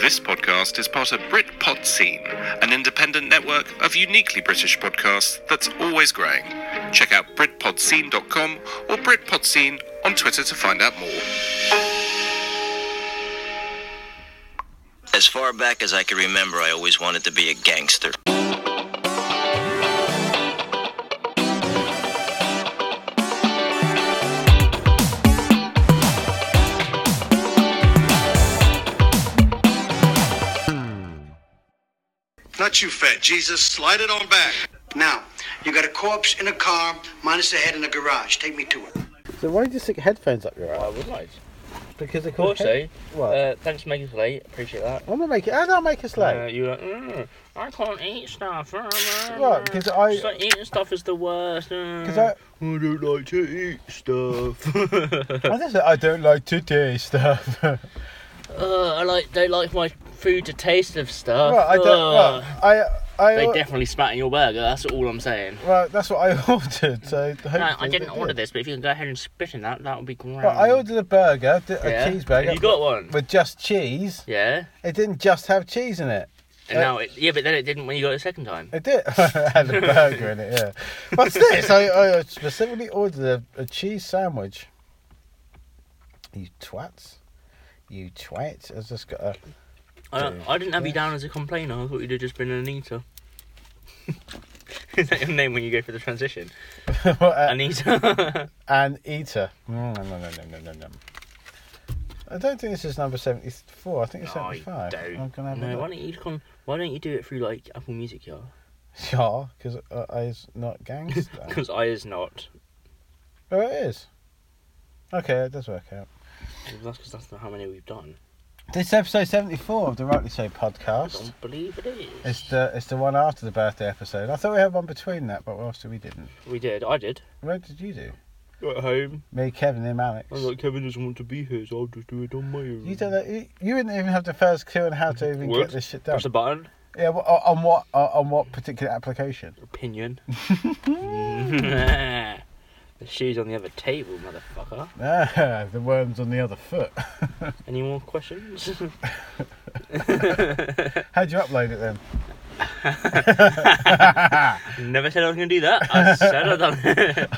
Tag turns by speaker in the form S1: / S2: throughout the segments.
S1: This podcast is part of Britpod Scene, an independent network of uniquely British podcasts that's always growing. Check out BritpodScene.com or Britpod Scene on Twitter to find out more.
S2: As far back as I can remember, I always wanted to be a gangster.
S3: Not you, fat Jesus. Slide it on back.
S4: Now, you got a corpse in a car, minus the head in the garage. Take me to it.
S5: So why do you stick headphones up your
S6: I
S5: ass?
S6: would like.
S5: Because they
S6: Of course, eh?
S5: What?
S6: Uh, thanks for making us late. Appreciate that.
S5: I'm gonna make it. How do I make us late?
S6: Uh, you were like, mm, I can't eat stuff.
S5: Right,
S6: Right,
S5: 'cause I-
S6: eating stuff is the worst. uh. Because
S5: I-
S6: don't like to eat stuff.
S5: I just I don't like to do stuff. right,
S6: uh, I like don't like my food to taste of stuff.
S5: I don't.
S6: Ugh.
S5: Right, I I.
S6: Uh, They definitely spat in your burger. That's all I'm saying.
S5: Right, that's what I ordered. So
S6: No, I
S5: hopefully
S6: didn't
S5: they
S6: order
S5: did.
S6: this, but if you can go ahead and spit in that, that would be great.
S5: Right, I ordered a burger, di- a
S6: Yeah?
S5: cheeseburger.
S6: Have you got one?
S5: with just cheese.
S6: Yeah.
S5: It didn't just have cheese in it.
S6: And
S5: Uh,
S6: now it, yeah, but then it didn't when you got it the second time.
S5: It did. it had a burger in it. Yeah. What's this? I, I specifically ordered a, a cheese sandwich. You twats. You twat. I just got a.
S6: I, don't- I didn't have you down as a complainer. I thought you'd have just been an eater. Is that your name when you go for the transition?
S5: what a-
S6: An eater.
S5: An eater. Mm, nom, nom, nom, nom, nom, nom, nom. I don't think this is number 74. I think it's
S6: No, I
S5: 75.
S6: don't.
S5: am going to have
S6: no,
S5: a
S6: why
S5: look.
S6: don't you con- Why don't you do it through like Apple Music, y'all?
S5: Yeah, because uh, it's not gangster.
S6: Because I is not.
S5: oh, it is. Okay, it does work out.
S6: That's because that's not how many we've done.
S5: This is episode 74 of the Rightly So
S6: I
S5: podcast.
S6: don't believe it is.
S5: It's the it's the one after the birthday episode. I thought we had one between that, but obviously we didn't.
S6: We did. I did.
S5: Where did you do?
S6: At home.
S5: Me, Kevin, him, Alex.
S6: Kevin doesn't want to be here, so I'll just do it on my own.
S5: You don't know, you, you wouldn't even have the first clue on how to even
S6: Would.
S5: get this shit done.
S6: Press the button.
S5: Yeah, well, on on what on on what particular application?
S6: Opinion. the shoes on the other table, motherfucker.
S5: Ah, the worm's on the other foot.
S6: Any more questions?
S5: How'd you upload it then?
S6: Never said I was going to do that. I said I done.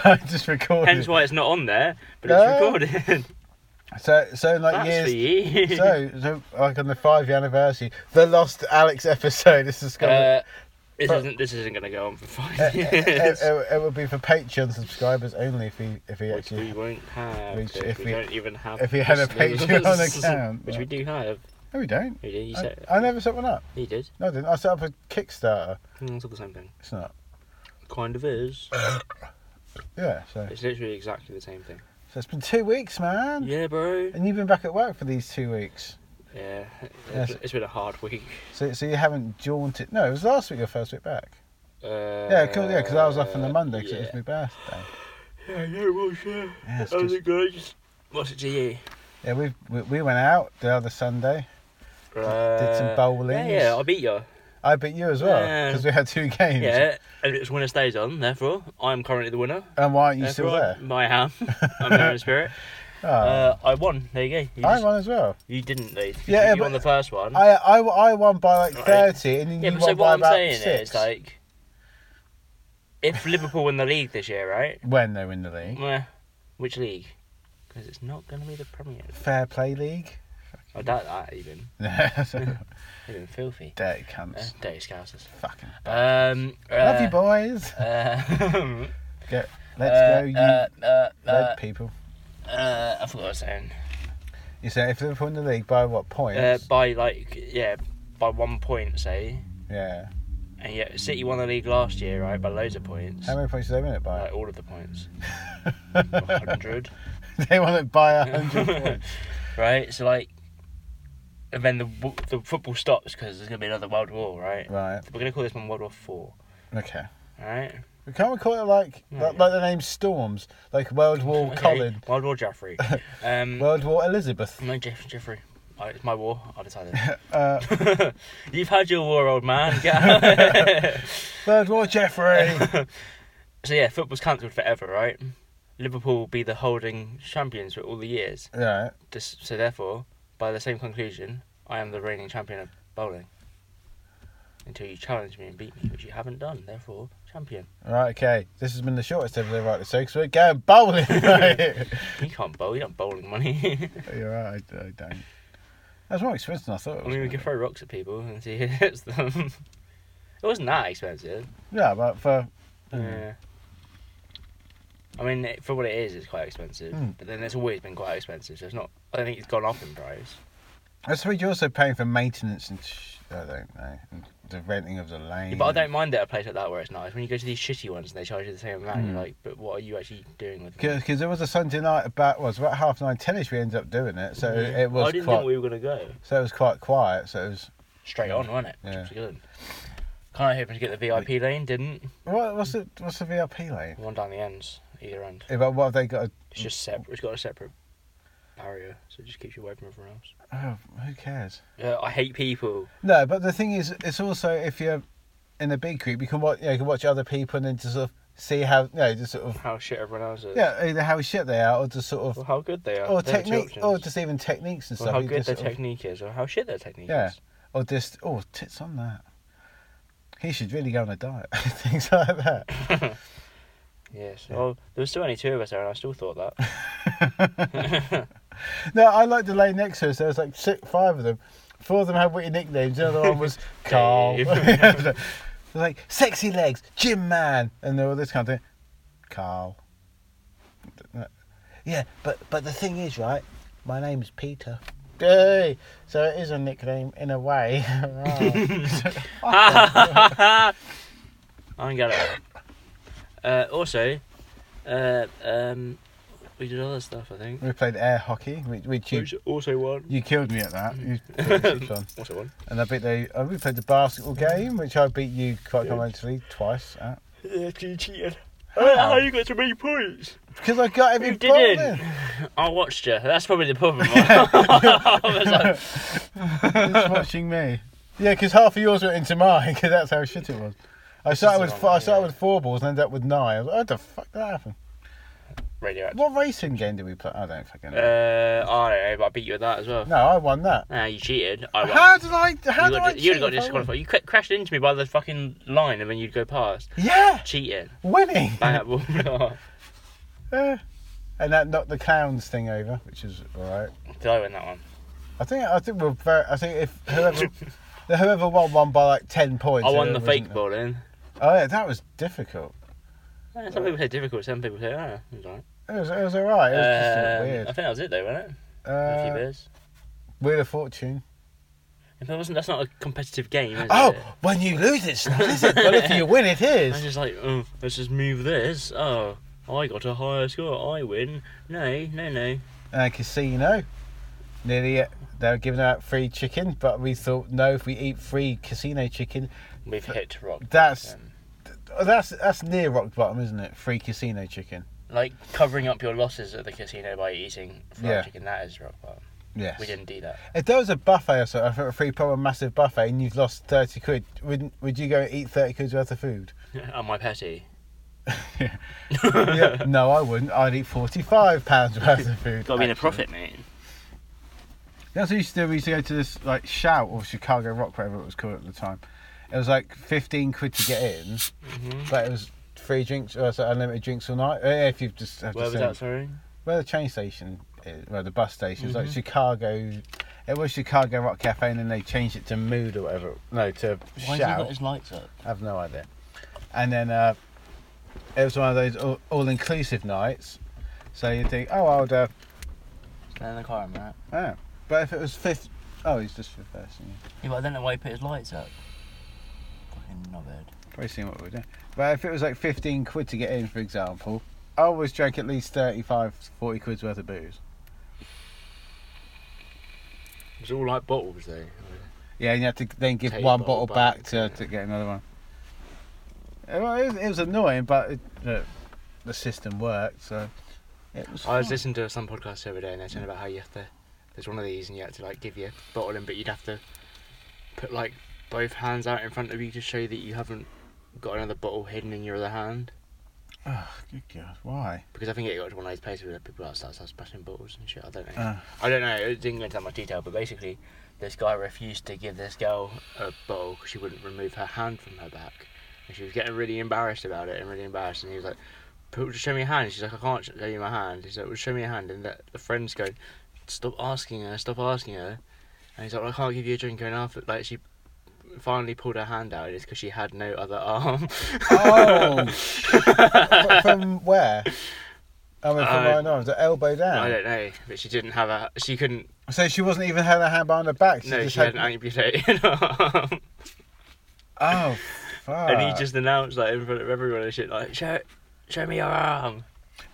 S5: I just recorded.
S6: Hence why it's not on there, but it's
S5: No.
S6: recorded.
S5: So, so in like
S6: That's for
S5: years.
S6: you.
S5: So, so like on the five year anniversary, the lost Alex episode. This is going.
S6: uh, this
S5: But-
S6: isn't this isn't going to go on for
S5: to
S6: five
S5: it,
S6: years.
S5: it, it- it would be for Patreon subscribers only if he if he
S6: Which we
S5: actually.
S6: won't have.
S5: Which
S6: 'cause
S5: if
S6: we,
S5: we-
S6: don't even have.
S5: if we had a
S6: listeners.
S5: Patreon account,
S6: which
S5: yeah.
S6: we do have.
S5: No, we don't.
S6: You did. You
S5: I,
S6: said
S5: I never set one up.
S6: you did.
S5: No, I didn't. I set up a Kickstarter.
S6: Mm, It's all the same thing.
S5: It's not.
S6: Kind of is.
S5: Yeah. So,
S6: It's literally exactly the same thing.
S5: so it's been two weeks, man.
S6: Yeah, bro.
S5: And you've been back at work for these two weeks.
S6: Yeah, it's-
S5: Yes.
S6: it's been a hard week.
S5: So, so you haven't jaunted. No, it was last week your first week back.
S6: Uh,
S5: Yeah, cool, yeah, because I was off on the Monday because it was my birthday.
S6: Yeah, yeah, well, sure.
S5: Yeah, it's
S6: How's
S5: just-
S6: it going? Just- What's it to you?
S5: Yeah, we, we we went out the other Sunday. did some
S6: Uh,
S5: bowling.
S6: Yeah, yeah, I beat you.
S5: I beat you as well
S6: Yeah.
S5: because we had two games.
S6: Yeah, and it's winner stays on. Therefore, I am currently the winner.
S5: And why aren't you still
S6: Therefore,
S5: there?
S6: I am. I'm there in spirit.
S5: Oh,
S6: Uh, I won. There you go. You,
S5: I
S6: just-
S5: won as well.
S6: you didn't though. 'cause
S5: Yeah, yeah,
S6: you
S5: but-
S6: won the first one.
S5: I, I, I won by like
S6: Right.
S5: thirty, and then
S6: yeah,
S5: you
S6: but
S5: won
S6: so
S5: by
S6: what I'm
S5: about
S6: saying
S5: six.
S6: is like, if Liverpool win the league this year, right?
S5: when they're in the league,
S6: Meh. Which league? Because it's not going to be the Premier. League.
S5: fair play league.
S6: I doubt that even. Mm-hmm.
S5: Dirty
S6: They've been filthy. Uh,
S5: cunts,
S6: dirty scousers.
S5: fucking.
S6: Um, uh,
S5: Love you, boys.
S6: uh,
S5: Go- Let's
S6: uh,
S5: go, you
S6: uh, uh,
S5: red
S6: uh,
S5: people.
S6: uh, I forgot what I was saying.
S5: You said if Liverpool in the league by what points?
S6: Uh, by like, yeah, by one point, say.
S5: yeah.
S6: And yet, City won the league last year, right? By loads of points.
S5: How many points did they win it by?
S6: Like all of the points. hundred.
S5: they won it by a hundred points.
S6: right. So like, and then the w- the football stops because there's gonna be another World War, right?
S5: Right.
S6: We're gonna call this one World War Four,
S5: Okay.
S6: right?
S5: We Can't we call it like like, like the name Storms, like World War
S6: Okay,
S5: Colin,
S6: World War Jeffrey. Um,
S5: World War Elizabeth?
S6: no, Jeff, Jeffrey. Oh, it's my war. I decided.
S5: Uh,
S6: You've had your war, old man. Get out.
S5: World War Jeffrey.
S6: so yeah, football's cancelled forever, right? Liverpool will be the holding champions for all the years.
S5: right.
S6: This, so therefore, by the same conclusion, I am the reigning champion of bowling. Until you challenge me and beat me, which you haven't done, therefore, champion.
S5: Right, okay. This has been the shortest ever, rightly so, because we're going bowling. right?
S6: You can't bowl, you don't have bowling money.
S5: You're right, I, I don't. That's more expensive than I thought it
S6: I
S5: was.
S6: mean, we
S5: gonna
S6: could throw rocks at people and see who hits them. It wasn't that expensive.
S5: be. Yeah, but for.
S6: Yeah. I mean, it- for what it is, it's quite expensive.
S5: Mm.
S6: But then it's always been quite expensive, so it's not. I don't think it's gone up in price.
S5: I suppose Oh, you're also paying for maintenance and. Sh- I don't know. and The renting of the lane.
S6: Yeah, but I don't mind at a place like that where it's nice. When you go to these shitty ones and they charge you the same amount,
S5: Mm.
S6: you're like, but what are you actually doing with it?
S5: Because there was a Sunday night about well, it was about half nine tennis we ended up doing it, so uh, it
S6: Oh, I
S5: was
S6: didn't
S5: quite
S6: think we were gonna go
S5: so it was quite quiet. So it was
S6: straight on, wasn't it?
S5: Yeah.
S6: Which was good. Kind of hoping to get the VIP lane, didn't?
S5: what, what's the what's the VIP lane?
S6: The One down the ends, either end.
S5: Yeah, but what have they got?
S6: It's just separate. It's got a separate barrier, so it just keeps you away from everyone else.
S5: Oh, who cares?
S6: Yeah, I hate people.
S5: No, but the thing is, it's also if you're in a big group, you can watch you, know, you can watch other people and then just sort of see how you know, just sort of
S6: How shit everyone else is.
S5: yeah either how shit they are or just sort
S6: Or
S5: of
S6: how good they are.
S5: or
S6: They're the two
S5: technique oh, or
S6: options.
S5: just even techniques and
S6: Or
S5: stuff.
S6: how
S5: you
S6: good
S5: just
S6: their
S5: sort of-
S6: technique is, or how shit their technique
S5: Yeah.
S6: is.
S5: or just oh tits on that. He should really go on a diet, things like that.
S6: Yes. Well, there was still only two of us there, and I still thought that.
S5: No, I like the lane next to us. There was like six, five of them. Four of them had witty nicknames. The other one was Carl.
S6: Dave.
S5: They're like sexy legs, gym man, and all this kind of thing. Carl. Yeah, but but the thing is, right? My name's Peter. Hey, so it is a nickname in a way.
S6: I don't get it. Uh, also, uh, um, we did other stuff, I think.
S5: we played air hockey, which, which you
S6: Which also won.
S5: you killed me at that. You threw the chips on.
S6: Also won.
S5: and I beat the. Uh, we played the basketball game, which I beat you quite
S6: Good.
S5: comfortably twice at.
S6: Yeah, you cheated. How you got so many points?
S5: Because I got every
S6: You
S5: ball in.
S6: didn't. I watched you. That's probably the problem. I was like,
S5: It's watching me. Yeah, because half of yours went into mine, because that's how shit it was. I started
S6: the
S5: with
S6: wrong
S5: four, I
S6: one,
S5: started
S6: yeah.
S5: with four balls and ended up with nine. I was like, how the fuck did that happen?
S6: radioactive.
S5: What racing game did we play? I don't fucking know.
S6: Uh, I don't know, but I beat you at that as well.
S5: no, I won that.
S6: Nah, you cheated. I won.
S5: How did I? How
S6: you
S5: did
S6: got,
S5: I?
S6: di-
S5: cheat
S6: you'd got
S5: if I won?
S6: disqualified. You cr- crashed into me by the fucking line, and then you'd go past.
S5: Yeah,
S6: Cheating.
S5: winning.
S6: Bang up, ball.
S5: Yeah. and that knocked the clowns thing over, which is alright.
S6: Did I win that one?
S5: I think I think we're very. I think if whoever whoever won won by like ten points.
S6: I
S5: it
S6: won the
S5: uh, wasn't-
S6: fake ball in.
S5: Oh yeah, that was difficult.
S6: Eh, Some people say difficult, some people say, ah, it was alright.
S5: It was it was alright. Uh, It was just a
S6: Um,
S5: bit
S6: I
S5: weird.
S6: think that was it though, wasn't it? a few
S5: Uh,
S6: beers.
S5: Wheel of Fortune.
S6: If that wasn't, that's not a competitive game, is
S5: Oh,
S6: it?
S5: when you lose it's not, is it? Well, if you win, it
S6: I'm
S5: is.
S6: just like, oh, let's just move this. Oh, I got a higher score. I win. No, no, no.
S5: Uh, casino. Nearly, uh, they were giving out free chicken, but we thought, no, if we eat free casino chicken,
S6: We've hit rock.
S5: that's-
S6: bottom.
S5: oh, that's that's near rock bottom, isn't it? Free casino chicken.
S6: like covering up your losses at the casino by eating fried
S5: Yeah.
S6: chicken. That is rock bottom.
S5: Yes.
S6: We didn't do that.
S5: If there was a buffet or something, a free proper massive buffet, and you've lost 30 quid, would, would you go and eat 30 quid's worth of food?
S6: Am I petty?
S5: Yeah, no, I wouldn't. I'd eat 45 pounds worth of food.
S6: Gotta be in a
S5: actually.
S6: profit, mate.
S5: That's what we used to do. We used to go to this like shout or Chicago Rock, whatever it was called at the time. It was like fifteen quid to get in,
S6: Mm-hmm.
S5: but it was free drinks or so unlimited drinks all night. Uh, Yeah, if you just have
S6: Where
S5: to
S6: was
S5: send-
S6: that, sorry?
S5: where the train station, is, where the bus station is,
S6: Mm-hmm.
S5: like Chicago. It was Chicago Rock Cafe, and then they changed it to Mood or whatever. No, to shout.
S6: lights up?
S5: I have no idea. And then uh, it was one of those all inclusive nights. So you think, oh, I'll do
S6: Stand in the car, man.
S5: Oh, but if it was fifth, oh, he's just reversing. you.
S6: Yeah, but I don't know why he put his lights up. Fucking knobhead.
S5: Probably seen what we do. But if it was like fifteen quid to get in, for example, I always drank at least 35, 40 quid's worth of booze.
S6: It was all like bottles, though.
S5: Yeah, and you had to then give
S6: Take
S5: one
S6: bottle
S5: bottle back,
S6: back,
S5: to, to get another one. Uh, well, It was, it was annoying, but it, the, the system worked, so it was.
S6: I was
S5: fine.
S6: listening to some podcast the other day, and they're talking about how you have to. There's one of these, and you had to like give your bottle in, but you'd have to put like both hands out in front of you to show that you haven't got another bottle hidden in your other hand.
S5: Oh, good God, why?
S6: Because I think it got to one of those places where people like start, start smashing bottles and shit. I don't know.
S5: Ah.
S6: I don't know. It didn't go into that much detail, but basically, this guy refused to give this girl a bottle because she wouldn't remove her hand from her back, and she was getting really embarrassed about it and really embarrassed. And he was like, "Put, just show me your hand." She's like, "I can't sh- show you my hand." He's like, well, "Show me your hand." And the, the friends go, "Stop asking her. Stop asking her." And he's like, well, "I can't give you a drink." And after, like, she finally pulled her hand out, and it's because she had no other arm.
S5: Oh, Fr- from where? I mean, from
S6: Uh,
S5: right now, the elbow
S6: I
S5: down.
S6: don't know, but she didn't have a. She couldn't
S5: So she wasn't even had her hand behind her back. She
S6: No,
S5: just
S6: she had an amputated arm.
S5: Oh, fuck.
S6: and he just announced like in front of everyone and shit like, show, show me your arm.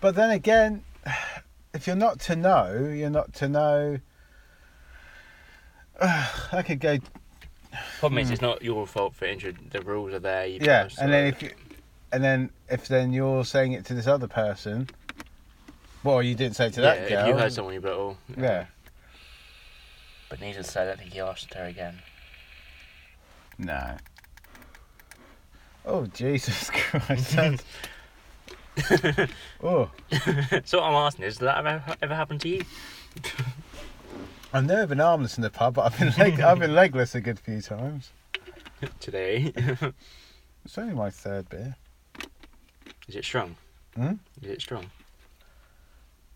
S5: But then again, if you're not to know, you're not to know. that could go.
S6: Problem is, it's not your fault for injury. The rules are there. You
S5: Hmm. Yeah,
S6: pass,
S5: and then
S6: like-
S5: if you, and then if then you're saying it to this other person. Well, you didn't say it to
S6: yeah,
S5: that
S6: if
S5: girl.
S6: you heard someone, you'd be like, oh.
S5: yeah.
S6: But needless to say, I don't think he asked her again.
S5: No. Oh Jesus Christ! that's- oh,
S6: so what I'm asking is, did that ever, ever happen to you?
S5: I've never been armless in the pub, but I've been leg- I've been legless a good few times.
S6: Today?
S5: It's only my third beer.
S6: is it strong?
S5: Hmm?
S6: Is it strong?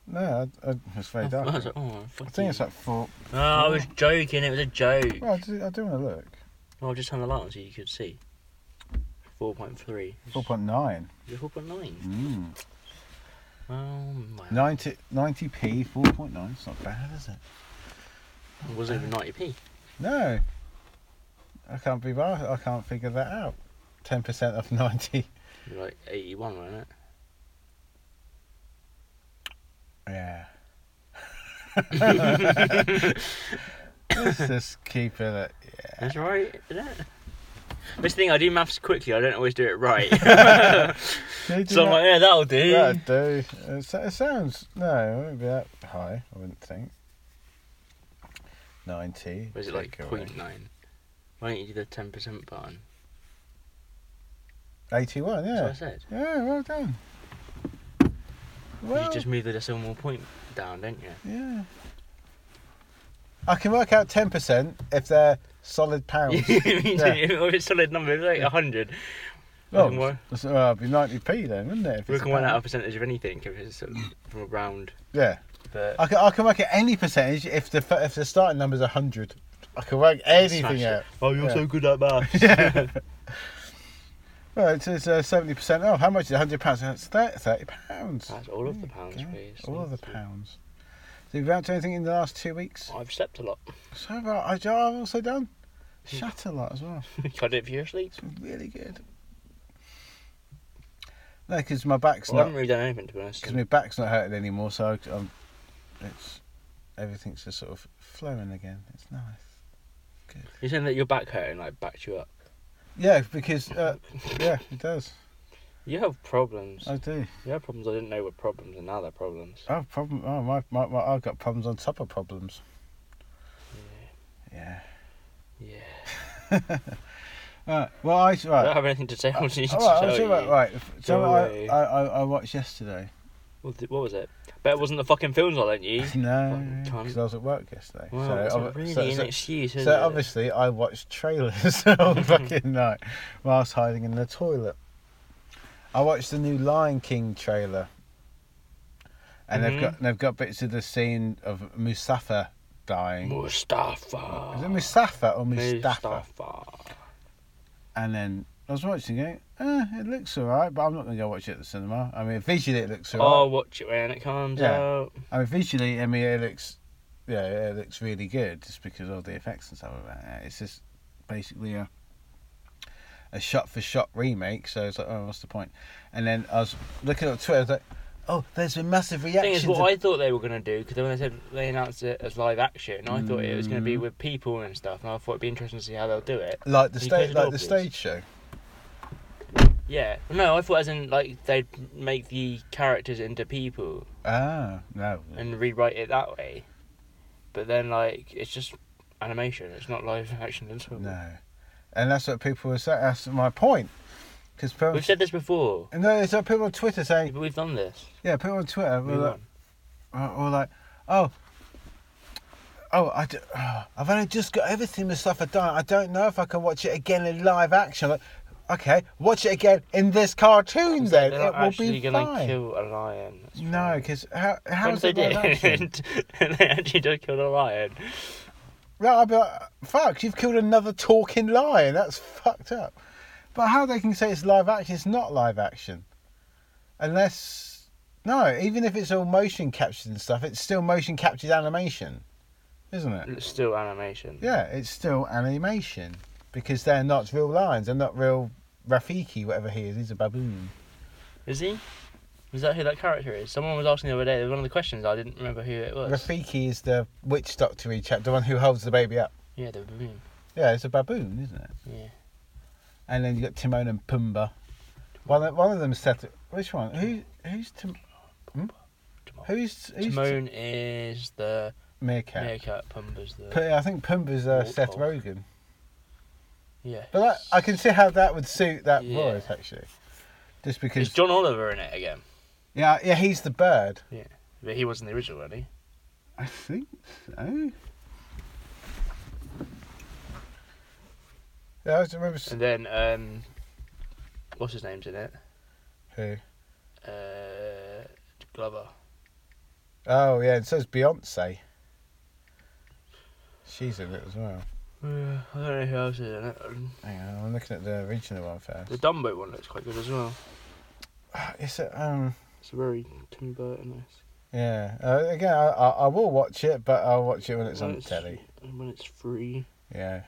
S5: No, I, I, it's very
S6: I
S5: dark.
S6: was like, oh, fuck
S5: I think
S6: you.
S5: it's like four.
S6: No, I was joking. It was a joke.
S5: Well, I do, I do want to look.
S6: Well, I'll just turn the light on so you could see. 4.3.
S5: Four point nine.
S6: Is it 4.9?
S5: Mm.
S6: Well, well.
S5: 90 90p, four point nine. It's not bad, is it?
S6: It wasn't even 90p.
S5: No. I can't be. I can't figure that out. Ten percent of ninety.
S6: It was like 81, wasn't it?
S5: Yeah. Let's just keep it. at-
S6: That's right, isn't it? This thing, I do maths quickly, I don't always do it right.
S5: Can you do
S6: so I'm
S5: that?
S6: like, yeah, that'll do.
S5: That'd do. It so- it sounds no, it won't be that high. I wouldn't think. Ninety.
S6: Was it like
S5: take away.
S6: 0.9? Why don't you do the 10% button?
S5: eighty-one? Yeah.
S6: That's what I said.
S5: Yeah. Well done. Well,
S6: you just move the decimal point down, don't you?
S5: yeah. I can work out ten percent if they're solid pounds. yeah.
S6: If it's a solid number, it's like 100.
S5: Well,
S6: Fucking work.
S5: that's- well, it'd be ninety p then, wouldn't it? if
S6: We
S5: it's a
S6: can work
S5: pound?
S6: out a percentage of anything if it's sort of from a round.
S5: Yeah.
S6: But
S5: I can, I can work at any percentage if the if the starting number's 100. I can work anything
S6: Smash it.
S5: out.
S6: Oh, you're
S5: yeah.
S6: so good at maths.
S5: Well, it's, it's uh, 70% off. How much is 100 pounds? That's thir- 30 pounds.
S6: That's all of the pounds,
S5: Okay.
S6: please.
S5: All of the
S6: Thank you.
S5: pounds. So you've done anything in the last two weeks?
S6: I've slept a lot.
S5: So have I. I've also done
S6: Hmm.
S5: Shut a lot as well.
S6: I did it for your sleep.
S5: It's been really good. No, because my back's
S6: Well, I
S5: not
S6: haven't really done anything, to be honest.
S5: because my back's not hurting anymore, so I- I'm, it's everything's just sort of flowing again. It's nice.
S6: You're saying that your back hurting, like, backed you up.
S5: Yeah, because uh, yeah, it does.
S6: You have problems.
S5: I do.
S6: You have problems I didn't know were problems, and now they're problems.
S5: I have problem. Oh, my, my, my, I've got problems on top of problems. Yeah.
S6: Yeah.
S5: Right. Well, I
S6: I don't
S5: right.
S6: have anything to say. I just need
S5: All
S6: to
S5: right, I
S6: tell
S5: was
S6: you.
S5: about, right. f- So
S6: Go
S5: I,
S6: away.
S5: I, I, I watched yesterday.
S6: What, th- what was it? Bet it wasn't the fucking films I lent you.
S5: No,
S6: Fucking cunt.
S5: because I was at work yesterday.
S6: Wow,
S5: so
S6: that's
S5: ob-
S6: not really
S5: so-
S6: an
S5: so-
S6: excuse, is
S5: so
S6: it?
S5: obviously, I watched trailers all fucking night whilst hiding in the toilet. I watched the new Lion King trailer, and
S6: Mhm.
S5: they've got they've got bits of the scene of Mustafa dying.
S6: Mustafa.
S5: Is it Mustafa or Mustafa?
S6: Mustafa.
S5: And then I was watching it. Eh, it looks alright, but I'm not going to go watch it at the cinema. I mean, visually it looks alright.
S6: Oh, watch it when it comes
S5: Yeah.
S6: out.
S5: I mean, visually, I mean, it looks, yeah, it looks really good just because of the effects and stuff like that. It's just basically a a shot for shot remake. So it's like, oh, what's the point? And then I was looking at Twitter, I was like, oh, there's been massive
S6: thing
S5: reactions.
S6: is, what I thought they were going to do, because when they said they announced it as live action, I thought it was going to
S5: Mm.
S6: be with people and stuff, and I thought it'd be interesting to see how they'll do it.
S5: like the
S6: Can you
S5: stage,
S6: close
S5: like
S6: the door,
S5: the
S6: please?
S5: stage show.
S6: Yeah. No, I thought as in, like, they'd make the characters into people.
S5: Ah, no.
S6: and rewrite it that way. But then, like, it's just animation. It's not live action at all.
S5: No, and that's what people were saying. That's my point. Because people,
S6: We've said this before.
S5: no, it's like people on Twitter say,
S6: But we've done this.
S5: yeah, people on Twitter were
S6: Move
S5: like,
S6: on.
S5: or, Uh, or like, oh, oh, I d- oh, I've only just got everything the stuff I've done. I don't know if I can watch it again in live action. Like, okay, watch it again in this cartoon then.
S6: They're
S5: It
S6: not
S5: will be
S6: actually gonna
S5: fine.
S6: kill a lion. That's
S5: no, because how how
S6: Once
S5: is
S6: they
S5: it live action?
S6: did, and they actually did kill a lion.
S5: Right, I'd be like, fuck, you've killed another talking lion. That's fucked up. But how they can say it's live action? It's not live action, unless no. Even if it's all motion captured and stuff, it's still motion captured animation, isn't it?
S6: It's still animation.
S5: Yeah, it's still animation because they're not real lions. They're not real Rafiki, whatever he is. He's a baboon.
S6: Is he? Is that who that character is? Someone was asking the other day. One of the questions I didn't remember who it was.
S5: Rafiki is the witch doctor he chap, the one who holds the baby up.
S6: yeah, the baboon.
S5: Yeah, it's a baboon, isn't it?
S6: Yeah.
S5: And then you got Timon and Pumbaa. One of, one of them said, which one? Who who's Tim? Hmm? Who's who's
S6: Timon is the
S5: Ti- meerkat?
S6: meerkat. Pumba's the
S5: P- I think Pumbaa's uh,
S6: Warthog.
S5: Seth Rogen.
S6: yeah.
S5: But that, I can see how that would suit that
S6: Yeah.
S5: voice actually, just because.
S6: Is John Oliver in it again?
S5: yeah, yeah, he's the bird.
S6: But he wasn't the original, was he?
S5: I think so. Yeah, I just remember. s-
S6: And then um, what's his name's in it?
S5: Who?
S6: Uh, Glover.
S5: Oh, yeah, it says Beyonce. She's in it as well.
S6: Yeah, I don't know who else is in it.
S5: Hang on, I'm looking at the original one first.
S6: Um, The Dumbo one looks quite good as well.
S5: Is it, um,
S6: It's very Tim Burton
S5: yeah. Uh, again, I, I, I will watch it, but I'll watch it when it's on telly.
S6: And when it's free.
S5: Yeah.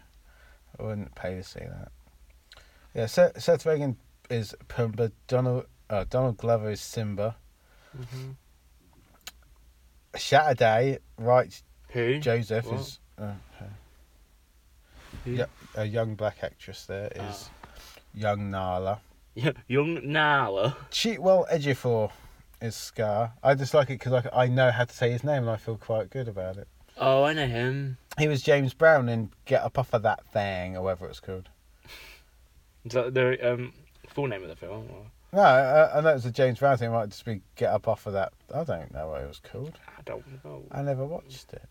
S5: I wouldn't pay to see that. Yeah, Seth, Seth Rogen is Pumbaa. Donald, uh, Donald Glover is Simba.
S6: Mhm.
S5: Saturday, right,
S6: Who?
S5: Joseph
S6: What?
S5: is uh,
S6: Who?
S5: yeah. a young black actress. There is young Nala.
S6: Young Nala.
S5: Cheatwell Ejiofor is Scar. I just like it because I, I know how to say his name and I feel quite good about it.
S6: Oh, I know him.
S5: He was James Brown in Get Up Off of That Thing or whatever it's called.
S6: Is that the um, full name of the film? Or?
S5: No, I, I know it was a James Brown thing. It might just be Get Up Off of That. I don't know what it was called.
S6: I don't know.
S5: I never watched it.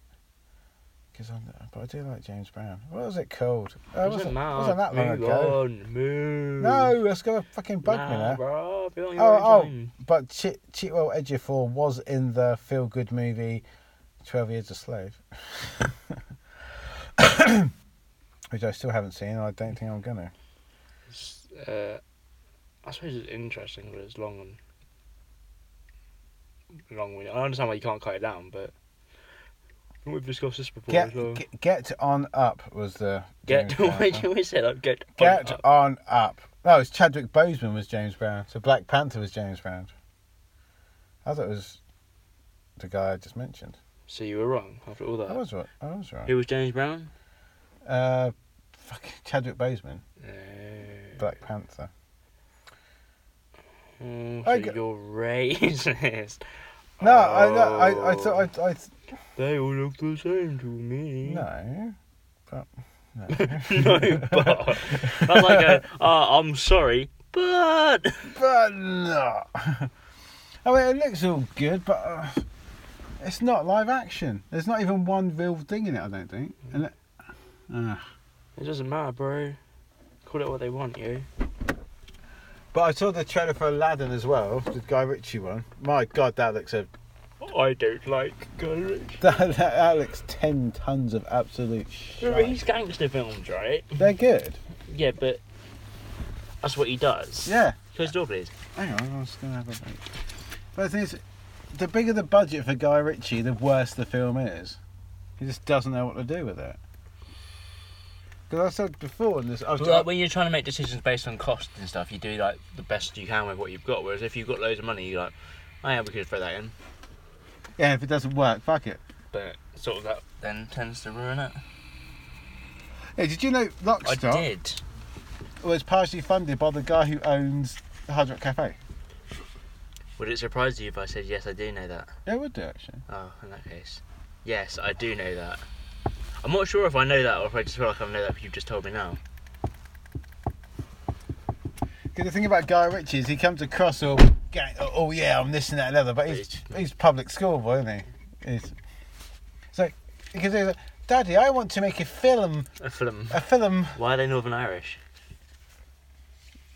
S5: 'Cause I'm, but I do like James Brown. What was it called? Uh,
S6: Doesn't
S5: wasn't,
S6: matter.
S5: wasn't that long
S6: Move
S5: ago?
S6: on, move.
S5: No, that's gonna fucking bug me
S6: Nah,
S5: now.
S6: bro, be on your own
S5: Oh, oh
S6: time.
S5: but Ch- Chitwell Ejiofor was in the feel good movie 12 Years a Slave, which I still haven't seen, and I don't think I'm gonna.
S6: It's, Uh, I suppose it's interesting, but it's long and long winded. I understand why you can't cut it down, but we've discussed this before.
S5: Get,
S6: as well.
S5: g- get on up was the.
S6: Get,
S5: James Brown
S6: why
S5: one.
S6: do you always say that? Get, on
S5: Get
S6: up.
S5: on up. No, it's Chadwick Boseman was James Brown. So Black Panther was James Brown. I thought it was the guy I just mentioned.
S6: So you were wrong after all
S5: I
S6: that.
S5: was right. I was right.
S6: Who was James Brown?
S5: Uh, fucking Chadwick Boseman,
S6: No. Uh,
S5: Black Panther.
S6: Oh,
S5: I
S6: so
S5: g-
S6: you're racist.
S5: No, I, no, I, I
S6: Oh.
S5: thought I, I
S6: They all look the same to
S5: Oh.
S6: me.
S5: No, but no.
S6: no, but that's like a, oh, I'm sorry, but
S5: but no. I mean, it looks all good, but uh, it's not live action. There's not even one real thing in it. I don't think. And it, uh,
S6: it doesn't matter, bro. Call it what they want, you.
S5: but I saw the trailer for Aladdin as well, the Guy Ritchie one. My God, that looks a
S6: I don't like Gulrich.
S5: that, that, that looks ten tons of absolute
S6: Remember
S5: shit.
S6: his gangster films, right?
S5: They're good.
S6: Yeah, but that's what he does.
S5: Yeah.
S6: Close the door, please.
S5: Hang on, I was gonna have a break. But the thing is, the bigger the budget for Guy Ritchie, the worse the film is. He just doesn't know what to do with it. Because I said before, in this, I was,
S6: Like when you're trying to make decisions based on cost and stuff, you do like the best you can with what you've got. Whereas if you've got loads of money, you're like, oh yeah, we could throw that in.
S5: yeah, if it doesn't work, fuck it.
S6: But sort of that then tends to ruin it.
S5: Hey, did you know
S6: I
S5: Lockstock
S6: did.
S5: was partially funded by the guy who owns Hard Rock Cafe?
S6: Would it surprise you if I said yes? I do know that.
S5: Yeah, it would do actually.
S6: Oh, in that case, yes, I do know that. I'm not sure if I know that or if I just feel like I know that because you've just told me now.
S5: 'Cause the thing about Guy Ritchie is he comes across all, gang, oh, oh yeah, I'm this and that and other, but he's, he's public school boy, isn't he? He's, so, because he's like, Daddy, I want to make a film,
S6: A film.
S5: a film,
S6: Why are they Northern Irish?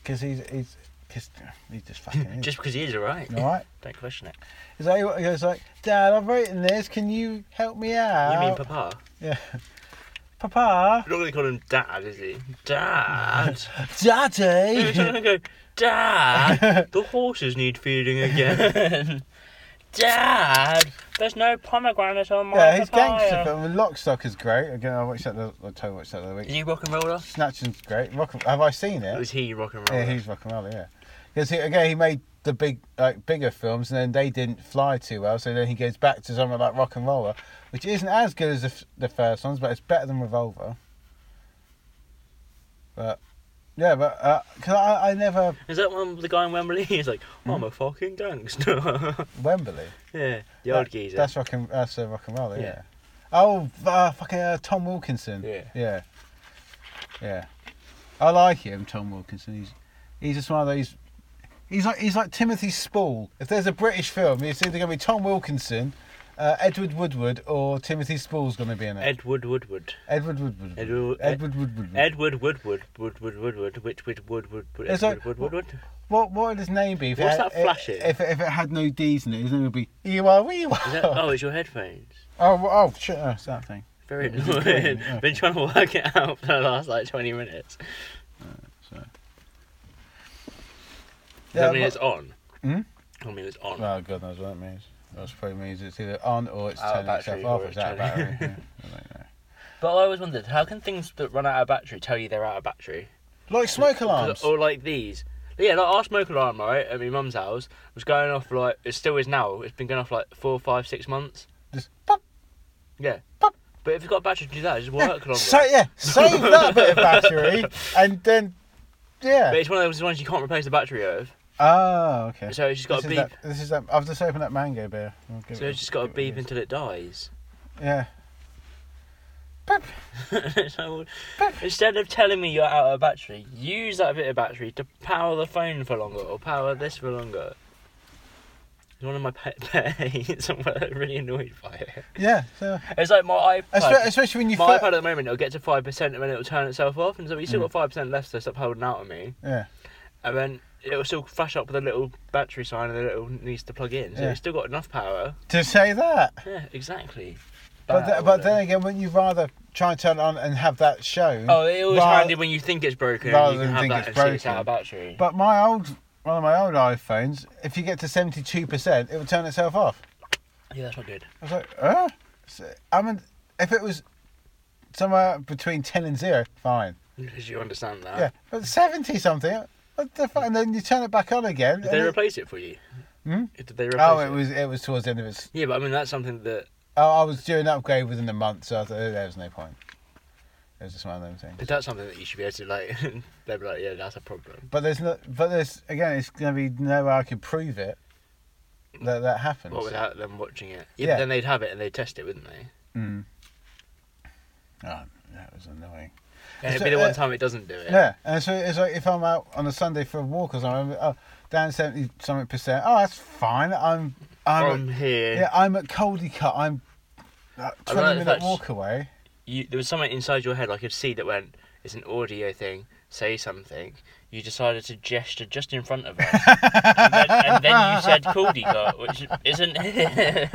S5: because he's, he's, cause he's just fucking, is.
S6: Just because he is alright.
S5: You all right?
S6: Don't question it.
S5: He's like, he goes like, Dad, I've written this, can you help me out?
S6: You mean Papa?
S5: Papa?
S6: You're not going to call him Dad, is he? Dad. He's
S5: Daddy?
S6: gonna go, Dad, the horses need feeding again. Dad, there's no pomegranate on my
S5: yeah, his gangster
S6: papaya.
S5: film, Lock, Stock is great. Again, I watched that, the, I totally watched that the other week.
S6: Is he rock and roller?
S5: Snatching's great. Rock, have I seen
S6: It
S5: it?
S6: was he rock and roller.
S5: Yeah, he's rock and roll. Yeah, because again, he made the big like bigger films, and then they didn't fly too well. So then he goes back to something like Rock and Roller, which isn't as good as the, f- the first ones, but it's better than Revolver. But yeah, but because I, I never
S6: Is that one with the guy in Wembley? He's like,
S5: Hmm?
S6: I'm a fucking gangster.
S5: Wembley.
S6: yeah, the
S5: That-
S6: old geezer.
S5: That's rock and that's uh, rock and roller. Yeah.
S6: Yeah.
S5: Oh, uh, fucking uh, Tom Wilkinson.
S6: Yeah.
S5: Yeah. Yeah. I like him, Tom Wilkinson. He's he's just one of those. He's like he's like Timothy Spall. If there's a British film, it's either going to be Tom Wilkinson, uh, Edward Woodward, or Timothy Spall's going to be in it.
S6: Edward Woodward.
S5: Edward Woodward.
S6: Edward-
S5: Edward Woodward.
S6: Edward Woodward. Woodward Woodward. Which which Woodward? Wood,
S5: It's
S6: Edward
S5: like-
S6: Woodward. Woodward.
S5: What what would his name be? If
S6: What's
S5: it had,
S6: that flash in?
S5: If, if it had no D's in it, his name would be E you are we are.
S6: Is that, oh, it's your headphones.
S5: Oh oh shit! Oh, it's that thing.
S6: Very
S5: Is it
S6: annoying.
S5: green?
S6: Been trying to work it out for the last like 20 minutes.
S5: Yeah,
S6: that mean
S5: but-
S6: it's on?
S5: Hmm?
S6: I mean it's on.
S5: Well, Oh, God knows what that means. That probably means it's either on or it's
S6: Out of
S5: turning itself
S6: Oh, battery
S5: off.
S6: or
S5: It's out of
S6: it's
S5: battery.
S6: turning-
S5: yeah.
S6: But I always wondered how can things that run out of battery tell you they're out of battery?
S5: Like smoke
S6: 'Cause-
S5: alarms.
S6: Or like these. Yeah, like our smoke alarm, right, at my mum's house was going off for like it still is now. It's been going off for, like four, five, six months.
S5: Just pop.
S6: Yeah.
S5: Pop.
S6: But if you've got a battery to do that, it just work longer.
S5: So yeah, save that bit of battery and then
S6: But
S5: yeah.
S6: it's one of those ones you can't replace the battery of.
S5: Oh, okay.
S6: So it's just got
S5: this
S6: a
S5: is
S6: beep.
S5: That, this is that. I've just opened that mango beer. I'll give
S6: So
S5: it-
S6: it's just got to
S5: give it
S6: beep
S5: a
S6: until it dies.
S5: go. Yeah. Pop.
S6: so instead of telling me you're out of battery, use that bit of battery to power the phone for longer or power this for longer. It's one of my pet peeves. I'm really annoyed by it.
S5: Yeah. So
S6: It's like my
S5: espe-
S6: iPad.
S5: especially when you.
S6: My
S5: fir- Mm.
S6: iPad at the moment, it'll get to five percent and then it'll turn itself off, and so you still got five percent left, so stop holding out on me.
S5: Yeah.
S6: And then it'll still flash up with a little battery sign, and then it needs to plug in. So
S5: Yeah.
S6: it's still got enough power.
S5: To say that.
S6: Yeah, exactly.
S5: But,
S6: Bad,
S5: th- but
S6: wouldn't
S5: then again, wouldn't you rather try and turn it on and have that shown?
S6: it? oh, it always
S5: ra-
S6: handy when you think it's broken.
S5: rather
S6: and you
S5: than
S6: can have
S5: think
S6: that
S5: it's
S6: and see it's
S5: broken.
S6: out of battery.
S5: But my old, one of my old iPhones, if you get to seventy-two percent, it will turn itself off.
S6: yeah, that's not good.
S5: I was like, huh? So, I mean, if it was somewhere between ten and zero, fine.
S6: Because you understand that.
S5: Yeah, but seventy something, what the fuck? And then you turn it back on again.
S6: Did they
S5: and it-
S6: replace it for you?
S5: Hmm?
S6: Did they replace
S5: Oh,
S6: it?
S5: it was it was towards the end of its.
S6: Yeah, but I mean that's something that
S5: Oh, I was doing an upgrade within a month, so I thought there was no point. It was just one of them things.
S6: but that's something that you should be able to like. they'd be like, yeah, that's a problem.
S5: But there's no, but there's again, it's gonna be no way I can prove it that that happens.
S6: Well, without them watching it, yeah.
S5: Yeah.
S6: But then they'd have it and they'd test it, wouldn't they?
S5: Mm. Oh, that was annoying.
S6: And
S5: So,
S6: it'd be the
S5: uh,
S6: one time it doesn't do it.
S5: Yeah, and so it's like if I'm out on a Sunday for a walk or something, oh, down seventy something percent. Oh, that's fine. I'm, I'm,
S6: From here,
S5: yeah, I'm at Coldie Cut. I'm uh,
S6: I
S5: twenty
S6: like
S5: minute
S6: that sh-
S5: walk away.
S6: you, there was something inside your head, like a seed that went, "It's an audio thing. Say something." You decided to gesture just in front of us, and, then, and then you said "Caldy got," which isn't here.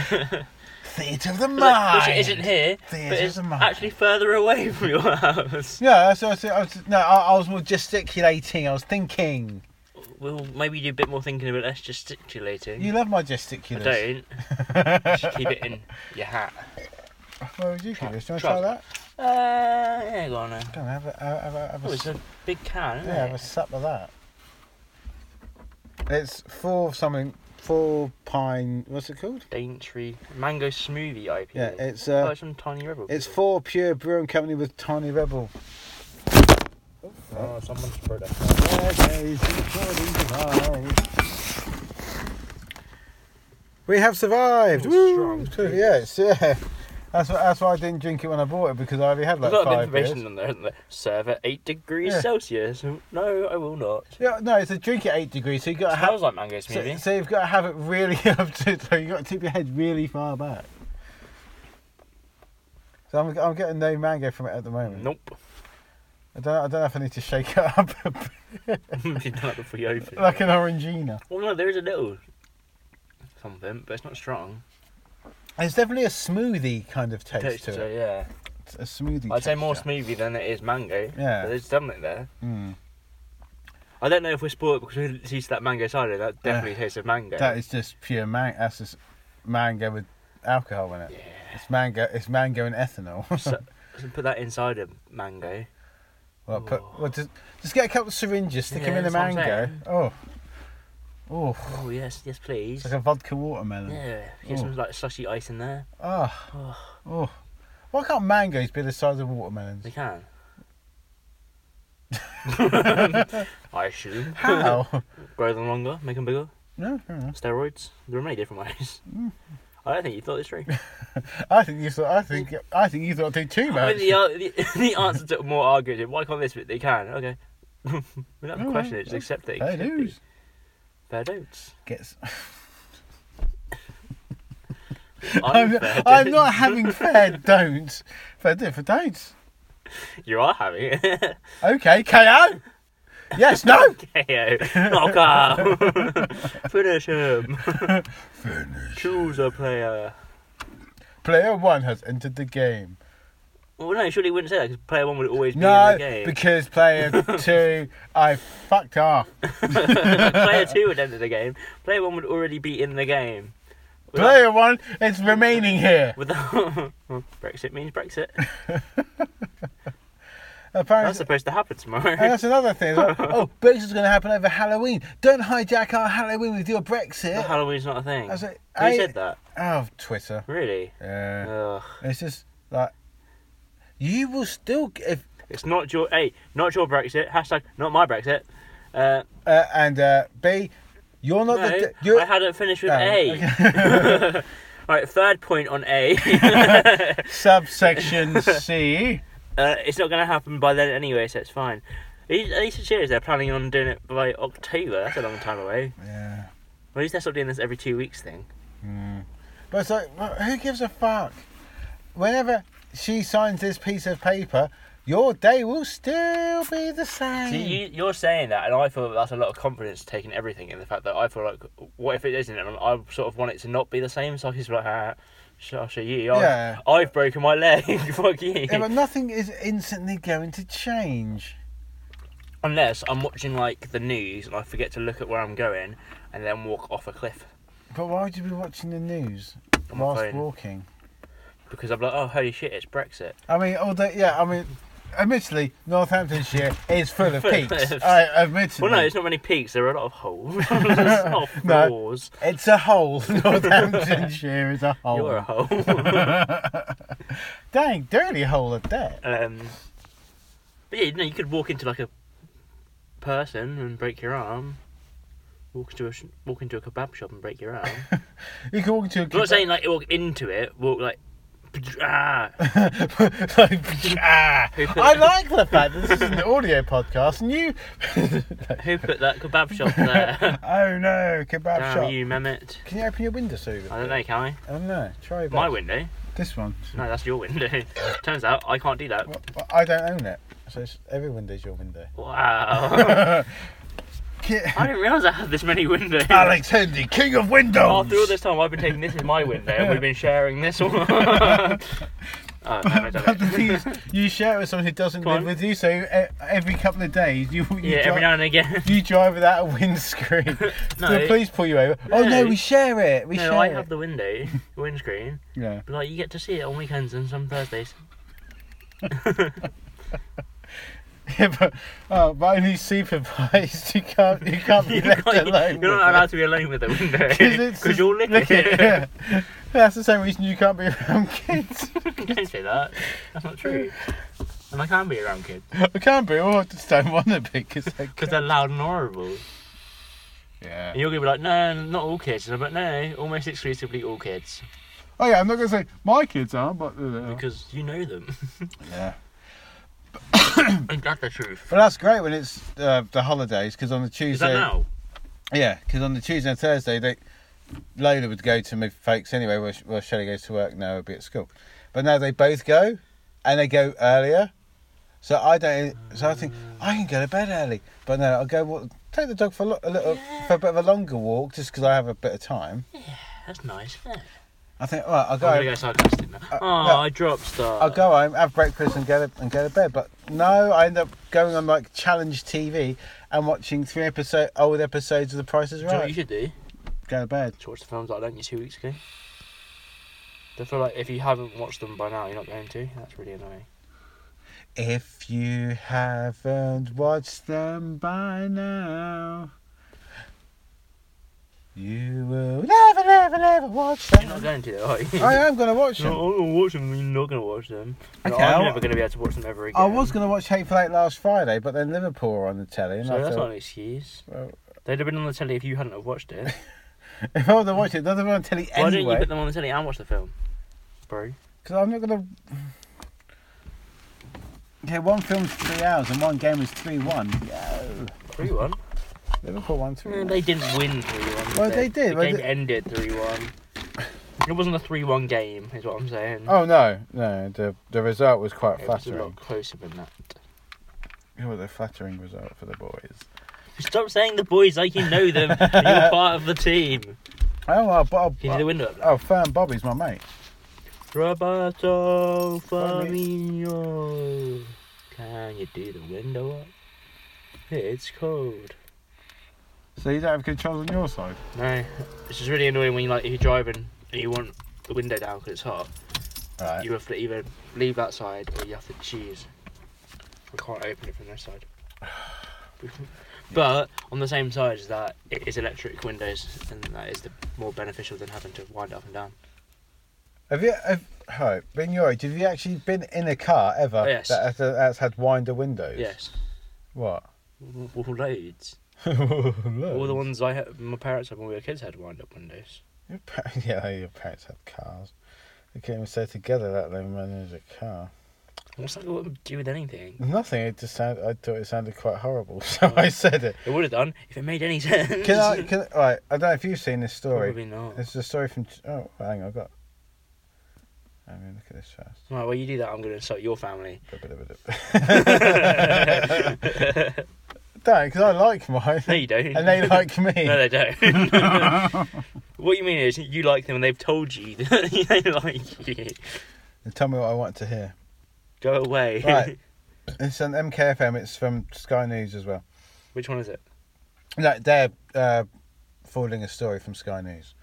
S5: Theatre of the mind.
S6: like, which isn't here,
S5: Theatre
S6: but
S5: of
S6: it's
S5: the mind.
S6: actually further away from your house.
S5: Yeah, so I was, I was, no, I, I was more gesticulating. I was thinking.
S6: We'll maybe do a bit more thinking about less gesticulating.
S5: You love my
S6: I
S5: gesticulation.
S6: don't. Just keep it in your hat.
S5: Where would you keep this? Do you want to try
S6: Try-
S5: that?
S6: Uh, yeah, go on. now.
S5: Come on, have a, have a, have a,
S6: Oh, it's a big can. Isn't
S5: yeah, have a
S6: it?
S5: sup of that. It's four something, four pine. What's it called?
S6: Daintree mango smoothie IPA.
S5: Yeah, it's
S6: oh,
S5: uh,
S6: it's from Tiny Rebel.
S5: It's for Pure Brewing Company with Tiny Rebel.
S6: Oh, someone's product.
S5: We have survived.
S6: Oh,
S5: Woo!
S6: strong.
S5: Yes, yeah. That's why, that's why I didn't drink it when I bought it because I already had
S6: There's
S5: like
S6: a lot of
S5: five beers.
S6: information on there, isn't there? Serve at 8 degrees
S5: Yeah.
S6: Celsius. No, I will not.
S5: Yeah, no, it's a drink at eight degrees, so you got to have
S6: Smells like mango
S5: so,
S6: smoothie.
S5: so you've got to have it really up to. So you got to tip your head really far back. So I'm, I'm getting no mango from it at the moment.
S6: Nope.
S5: I don't. I don't know if I need to shake it up
S6: you done that before you open.
S5: like an orangina.
S6: Well, no, there is a little something, but it's not strong.
S5: It's definitely a smoothie kind of taste
S6: Taste
S5: to it.
S6: yeah.
S5: It's a smoothie.
S6: I'd say more
S5: texture.
S6: smoothie than it is mango.
S5: Yeah.
S6: But there's something there.
S5: Mm.
S6: I don't know if we're spoiled because we didn't taste that mango cider. That definitely tastes of mango.
S5: That is just pure mango. That's just mango with alcohol in it. It's mango. It's mango and ethanol.
S6: So, so put that inside a mango.
S5: well, put, well, just just get a couple of syringes, stick them
S6: Yeah,
S5: in the
S6: that's what I'm
S5: mango. Oh, oh,
S6: Oh yes, yes please.
S5: it's like a Oh. vodka watermelon.
S6: Yeah. Get some like slushy ice in there.
S5: Oh. Oh. Why can't mangoes be the size of watermelons?
S6: Ah. They can. I assume.
S5: How?
S6: Grow them longer, make them bigger.
S5: no, fair enough.
S6: Steroids. There are many different ways.
S5: Hmm.
S6: I don't think you thought this through.
S5: I think you thought. I think. I think you thought I did too
S6: I
S5: much.
S6: mean, the, ar- the, the answer to more argument is why can't this bit? They can. Okay. we don't have to question it. Just accept that it.
S5: Mm, Fair
S6: could be.
S5: dues.
S6: Fair dues.
S5: Gets.
S6: I'm,
S5: I'm,
S6: fair
S5: I'm
S6: dues.
S5: not having fair don'ts. Fair do for don'ts.
S6: You are having it.
S5: Okay, KO. Yes. No.
S6: KO. Knock out. Finish him.
S5: Finish.
S6: Choose a player.
S5: Player one has entered the game.
S6: Well, no, surely you wouldn't say that because player one would always be in
S5: No,
S6: the game.
S5: because player two, I fucked off.
S6: player two would enter the game. Player one would already be in the game.
S5: Player one is remaining here.
S6: Without Brexit means Brexit.
S5: Apparently,
S6: That's supposed to happen tomorrow.
S5: And that's another thing. like, oh, Brexit's going to happen over Halloween. Don't hijack our Halloween with your
S6: But
S5: Brexit.
S6: Halloween's not a thing.
S5: I was like,
S6: Uh-huh. Who
S5: I-
S6: said that?
S5: Oh, Twitter.
S6: Really?
S5: Yeah.
S6: Ugh.
S5: It's just like you will still g- if
S6: It's not your a not your Brexit hashtag not my Brexit. Uh,
S5: uh, and uh, B, you're not
S6: no,
S5: the d- you're
S6: I hadn't finished with
S5: No,
S6: A. All right, third point on A.
S5: subsection C.
S6: uh, it's not going to happen by then anyway, so it's fine. At least- at least it's serious. They're planning on doing it by October. That's a long time away.
S5: Yeah.
S6: At least they're still doing this every two weeks thing.
S5: But it's like, well, who gives a fuck? Whenever she signs this piece of paper, your day will still be the same.
S6: See, you, you're saying that, and I feel that's a lot of confidence taking everything in the fact that I feel like, what if it isn't? And I sort of want it to not be the same, so I just be like, ah, sh- I'll show you. I've,
S5: Yeah.
S6: I've broken my leg. Fuck you.
S5: yeah, but nothing is instantly going to change.
S6: Unless I'm watching like the news and I forget to look at where I'm going, and then walk off a cliff
S5: But why would you be watching the news
S6: On my
S5: whilst
S6: phone.
S5: walking?
S6: because I'm like, oh holy shit, it's Brexit.
S5: I mean, although yeah, I mean, admittedly, Northamptonshire is full of
S6: Full of
S5: peaks.
S6: cliffs.
S5: I admit
S6: Well, no, it's not many peaks. There are a lot of holes, oh,
S5: No.
S6: floors.
S5: it's a hole. Northamptonshire is a hole.
S6: You're a hole.
S5: Dang, dirty hole at that.
S6: um, but yeah, you know, you could walk into like a person and break your arm. Walk into a sh- walk into a kebab shop and break your arm.
S5: You can walk into a.
S6: I'm not saying like walk into it. Walk like. Ah,
S5: ah, I like the fact that this is an audio podcast, and you.
S6: who put that kebab shop there?
S5: oh no, kebab
S6: Damn
S5: shop.
S6: you, Mehmet.
S5: Can you open your window, Susan?
S6: I don't know, can I?
S5: I don't know. Try your
S6: My
S5: best.
S6: window.
S5: This one.
S6: No, that's your window. Turns out I can't do that.
S5: Well, I don't own it, so it's, every window's your window.
S6: Wow.
S5: Ki-
S6: I didn't realise I had this many windows.
S5: Alex Hendy, king of windows.
S6: After all this time, I've been taking this as my window, and we've been sharing this one. oh, no, I don't
S5: But the
S6: know.
S5: thing is, you share with someone who doesn't
S6: Go
S5: live
S6: on.
S5: with you, so e- every couple of days you you,
S6: Yeah, every
S5: dri-
S6: now and again.
S5: you drive without a windscreen.
S6: No.
S5: the police pull you over. Oh
S6: No.
S5: no, we share it. We
S6: No,
S5: share
S6: I
S5: it.
S6: have the window, windscreen,
S5: Yeah.
S6: but like you get to see it on weekends and some Thursdays.
S5: Yeah, but, oh, but only supervised. You can't. You can't be
S6: You
S5: left
S6: can't-
S5: alone.
S6: you're
S5: with
S6: not
S5: it.
S6: allowed to be alone with the window
S5: 'Cause it's
S6: because
S5: just-
S6: you'll lick
S5: look at
S6: it.
S5: yeah. That's the same reason you can't be around kids.
S6: Don't say that. That's not true. And I can be around kids
S5: I can be. Or I just don't want to be because
S6: because they're loud and horrible.
S5: yeah.
S6: And you're gonna be like, no, not all kids. And I'm like, no, almost exclusively all kids.
S5: Oh yeah, I'm not gonna say my kids are, but uh, they are.
S6: because you know them.
S5: Oh. yeah.
S6: Ain't that the truth?
S5: But that's great when it's uh, the holidays because on the Tuesday.
S6: Is that now?
S5: Yeah, because on the Tuesday and Thursday, they Lola would go to mid folks anyway, while, Sh- while Shelley goes to work now, would be at school. But now they both go, and they go earlier. So I don't. So I think I can go to bed early, but no, I'll go well, take the dog for a, lo- a little for a bit of a longer walk just because I have a bit of time.
S6: That's nice. isn't it?
S5: I think right, I'll go.
S6: I'm gonna
S5: home-
S6: go sarcastic now. oh,
S5: no.
S6: I dropped star.
S5: Uh, I'll go home, have breakfast, and go to, and go to bed. But no, I end up going on like challenge TV and watching three episode old episodes of The Price Is
S6: Do you know what
S5: Right.
S6: you should do?
S5: Go to bed.
S6: Just watch the films that I lent you two weeks ago. I feel like if you haven't watched them by now, you're not going to. That's really annoying.
S5: If you haven't watched them by now, you will never, never, never watch
S6: You're not
S5: them.
S6: going to, though, are you?
S5: I am going to watch
S6: You're
S5: them.
S6: not going to watch them. You're not going to watch them. No,
S5: Okay,
S6: I'm
S5: I'll-
S6: never going to be able to watch them ever again.
S5: I was going to watch Hateful Eight last Friday, but then Liverpool were on the telly, and
S6: So
S5: I
S6: that's
S5: thought,
S6: not an excuse.
S5: Well-
S6: They'd have been on the telly if you hadn't have watched it.
S5: if I would have watched it, they'd have been on telly
S6: Why didn't you
S5: anyway.
S6: put them on the telly and watch the film, bro?
S5: Because I'm not going to. Okay, one film's three hours and one game is 3 1. Yo.
S6: Three one.
S5: Liverpool won 3
S6: No, they didn't win three one.
S5: Well, they did,
S6: The
S5: well,
S6: game
S5: they-
S6: ended three one. It wasn't a three one game, is what I'm saying.
S5: Oh, no, no, the, the result was quite
S6: it was a lot
S5: flattering.
S6: closer than that.
S5: It was a flattering result for the boys.
S6: Stop saying the boys like you know them. and you're part of the team.
S5: Oh, well, Bob.
S6: Can you do the window up?
S5: Oh, Fern Bobby's my mate.
S6: Roberto
S5: Funny.
S6: Firmino. Can you do the window up? It's cold.
S5: So you don't have controls on your side.
S6: No, it's just really annoying when you like if you're driving and you want the window down because it's hot.
S5: Right.
S6: You have to either leave that side or you have to choose. We can't open it from this side. but on the same side is that it is electric windows and that is the more beneficial than having to wind it up and down.
S5: Have you? Have, right, being your age, have you actually been in a car ever
S6: Yes.
S5: that has, that's had winder windows?
S6: Yes.
S5: What?
S6: W- w- Loads. All the
S5: Look.
S6: ones I had, my parents had when we were kids had wind up windows.
S5: Your pa- yeah, your parents had cars. They couldn't even stay together, let alone manage a car.
S6: What's that got to do with anything?
S5: Nothing. It just sound, I thought it sounded quite horrible, so I said it.
S6: It would have done if it made any sense.
S5: Can I? Can right? I don't know if you've seen this story.
S6: Probably not.
S5: This is a story from. Oh, hang on, I got. I mean, look at this first.
S6: Right, well, you do that, I'm going to insult your family.
S5: Don't, because I like mine.
S6: No, you don't.
S5: And they like me.
S6: No, they don't. what you mean is you like them and they've told you that they like you.
S5: And tell me what I want to hear.
S6: Go away.
S5: Right. It's on MKFM. It's from Sky News as well.
S6: Which one is it?
S5: No, they're uh, forwarding a story from Sky News.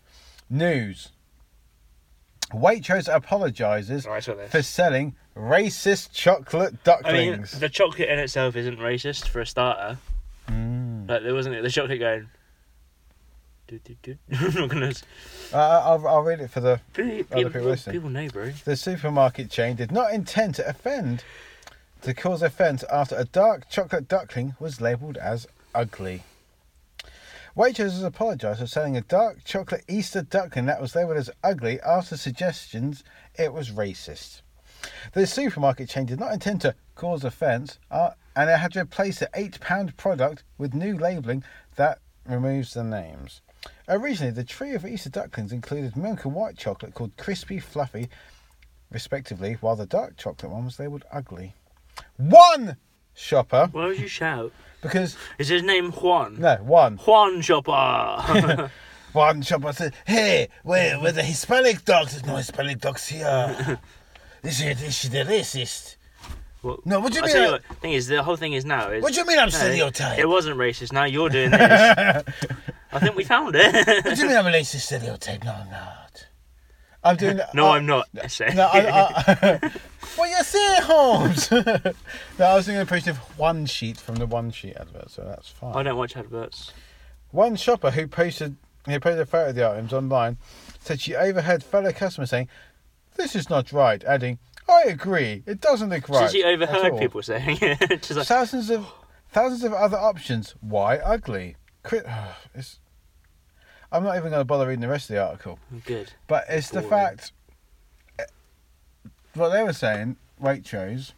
S5: News. Waitrose apologises
S6: Oh, I saw this.
S5: for selling racist chocolate
S6: I mean,
S5: ducklings.
S6: the chocolate in itself isn't racist for a starter.
S5: Mm.
S6: Like, there wasn't the chocolate going. Do, do, do. Oh, I'm not gonna. s-
S5: Uh, I'll, I'll read it for the
S6: People,
S5: people
S6: people,
S5: listening.
S6: people know, bro.
S5: The supermarket chain did not intend to offend, to cause offence after a dark chocolate duckling was labelled as ugly. Waitrose has apologised for selling a dark chocolate Easter duckling that was labelled as ugly after suggestions it was racist. The supermarket chain did not intend to cause offence uh, and it had to replace the £8 product with new labelling that removes the names. Originally, the trio of Easter ducklings included milk and white chocolate called Crispy Fluffy, respectively, while the dark chocolate one was labelled ugly. One shopper,
S6: Why would you shout?
S5: because,
S6: Is his name Juan?
S5: no, one.
S6: Juan Chopper.
S5: One shopper said, hey, where where the Hispanic dogs? There's no Hispanic dogs here. This is, this is the racist.
S6: Well,
S5: No, what do you
S6: I
S5: mean
S6: tell
S5: I-
S6: what, thing is, the whole thing is now is.
S5: What do you mean I'm
S6: no,
S5: stereotyped?
S6: It wasn't racist. Now you're doing this. I think we found it.
S5: What do you mean I'm a racist stereotype? No, I'm not. I'm doing.
S6: no,
S5: I-
S6: I'm not. I say.
S5: No, I, I, what you say, Holmes? no, I was doing an impression of one sheet from the one sheet advert, so that's fine.
S6: I don't watch adverts.
S5: One shopper who posted who posted a photo of the items online said she overheard fellow customers saying, "This is not right," adding, "I agree, it doesn't look right."
S6: Since you
S5: at
S6: overheard
S5: all."
S6: people saying it, just like,
S5: Thousands of thousands of other options. Why ugly? Cri- it's, I'm not even going to bother reading the rest of the article.
S6: good.
S5: But it's the
S6: Boring.
S5: fact eh, what they were saying, Waitrose,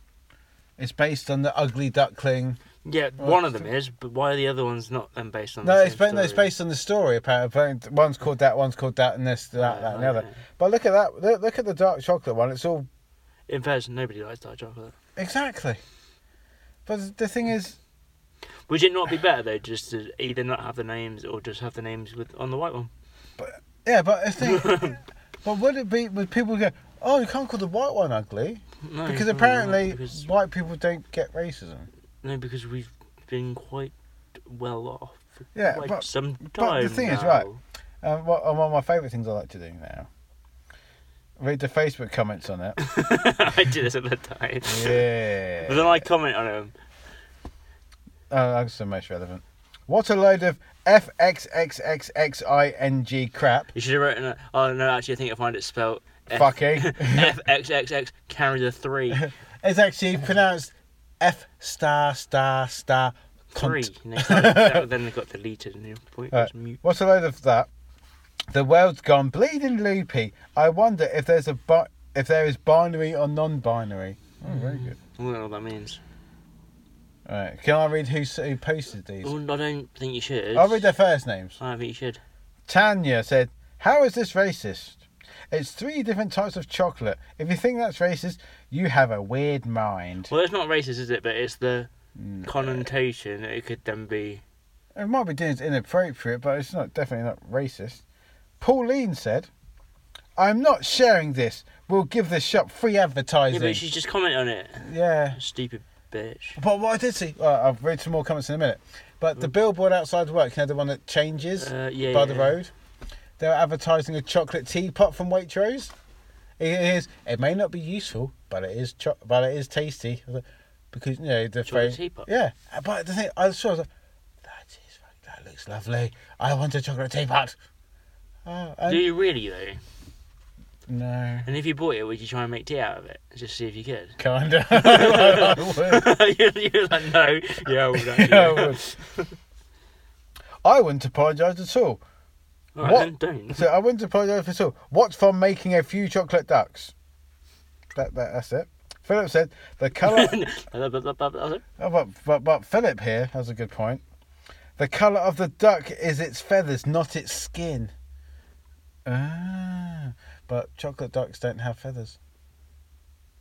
S5: it's based on the Ugly Duckling.
S6: Yeah, one of them is, but why are the other ones not then based on?
S5: No,
S6: the
S5: it's,
S6: same
S5: ba- no, it's
S6: story?
S5: based on the story. Apparently, Apparently, one's called that, one's called that, and this, that, that, and the other. But look at that. Look, look at the dark chocolate one. It's all
S6: In fairness, nobody likes dark chocolate.
S5: exactly. But the thing is,
S6: Would it not be better though, just to either not have the names or just have the names with on the white one?
S5: yeah, but the thing, but would it be? Would people go? Oh, you can't call the white one ugly
S6: No, you
S5: because
S6: can't,
S5: apparently
S6: because,
S5: white people don't get racism.
S6: no, because we've been quite well off. For
S5: Yeah,
S6: quite
S5: but-
S6: some time.
S5: but the thing
S6: now.
S5: is, right, Um, what, and one of my favourite things I like to do now. Read the Facebook comments on it.
S6: I did this at the time. But
S5: Yeah.
S6: then I comment on them.
S5: Oh, that's the most relevant. What a load of FXXXXING crap.
S6: You should have written. A, oh no, actually, I think I find it spelled. F-
S5: Fucking.
S6: F X X X carry the three.
S5: It's actually pronounced F star star star
S6: Three.
S5: cunt.
S6: Next time, that, then they got deleted and your point
S5: Right.
S6: was mute.
S5: What a load of that. The world's gone bleeding loopy. I wonder if there's a bi- if there is binary or non-binary. Oh, very good.
S6: I don't know what that means.
S5: All right. Can I read who, s- who posted these?
S6: Well, I don't think you should.
S5: I'll read their first names.
S6: I don't think you should.
S5: Tanya said, How is this racist? It's three different types of chocolate. If you think that's racist, you have a weird mind.
S6: Well, it's not racist, is it? But it's the
S5: Mm.
S6: connotation that it could then be.
S5: It might be deemed inappropriate, but it's not definitely not racist. Pauline said, I'm not sharing this. We'll give this shop free
S6: Yeah,
S5: advertising. Yeah.
S6: but she's just comment on it. Stupid bitch.
S5: But what I did see, well, I'll read some more comments in a minute. But the billboard outside work, you know, the one that changes
S6: Uh, yeah,
S5: by the
S6: yeah.
S5: road, they were advertising a chocolate teapot from Waitrose. It is. It may not be useful, but it is. Cho- but it is tasty because you know the
S6: Chocolate
S5: phrase-
S6: teapot?
S5: Yeah, but the thing I saw I was like, that is that looks lovely. I want a chocolate teapot. Oh, and-
S6: Do you really though?
S5: no,
S6: And if you bought it, would you try and make tea out of it? Just see if you could.
S5: kind of. I would.
S6: you're, you're like, no. Yeah, I would actually.
S5: I would. I wouldn't apologise at all.
S6: All right,
S5: What?
S6: then don't.
S5: So I wouldn't apologise for all. What's from making a few chocolate ducks? That, that that's it. Philip said the colour.
S6: Blah, blah, blah, blah, blah.
S5: oh, but, but but Philip here has a good point. The colour of the duck is its feathers, not its skin. Ah, but chocolate ducks don't have feathers.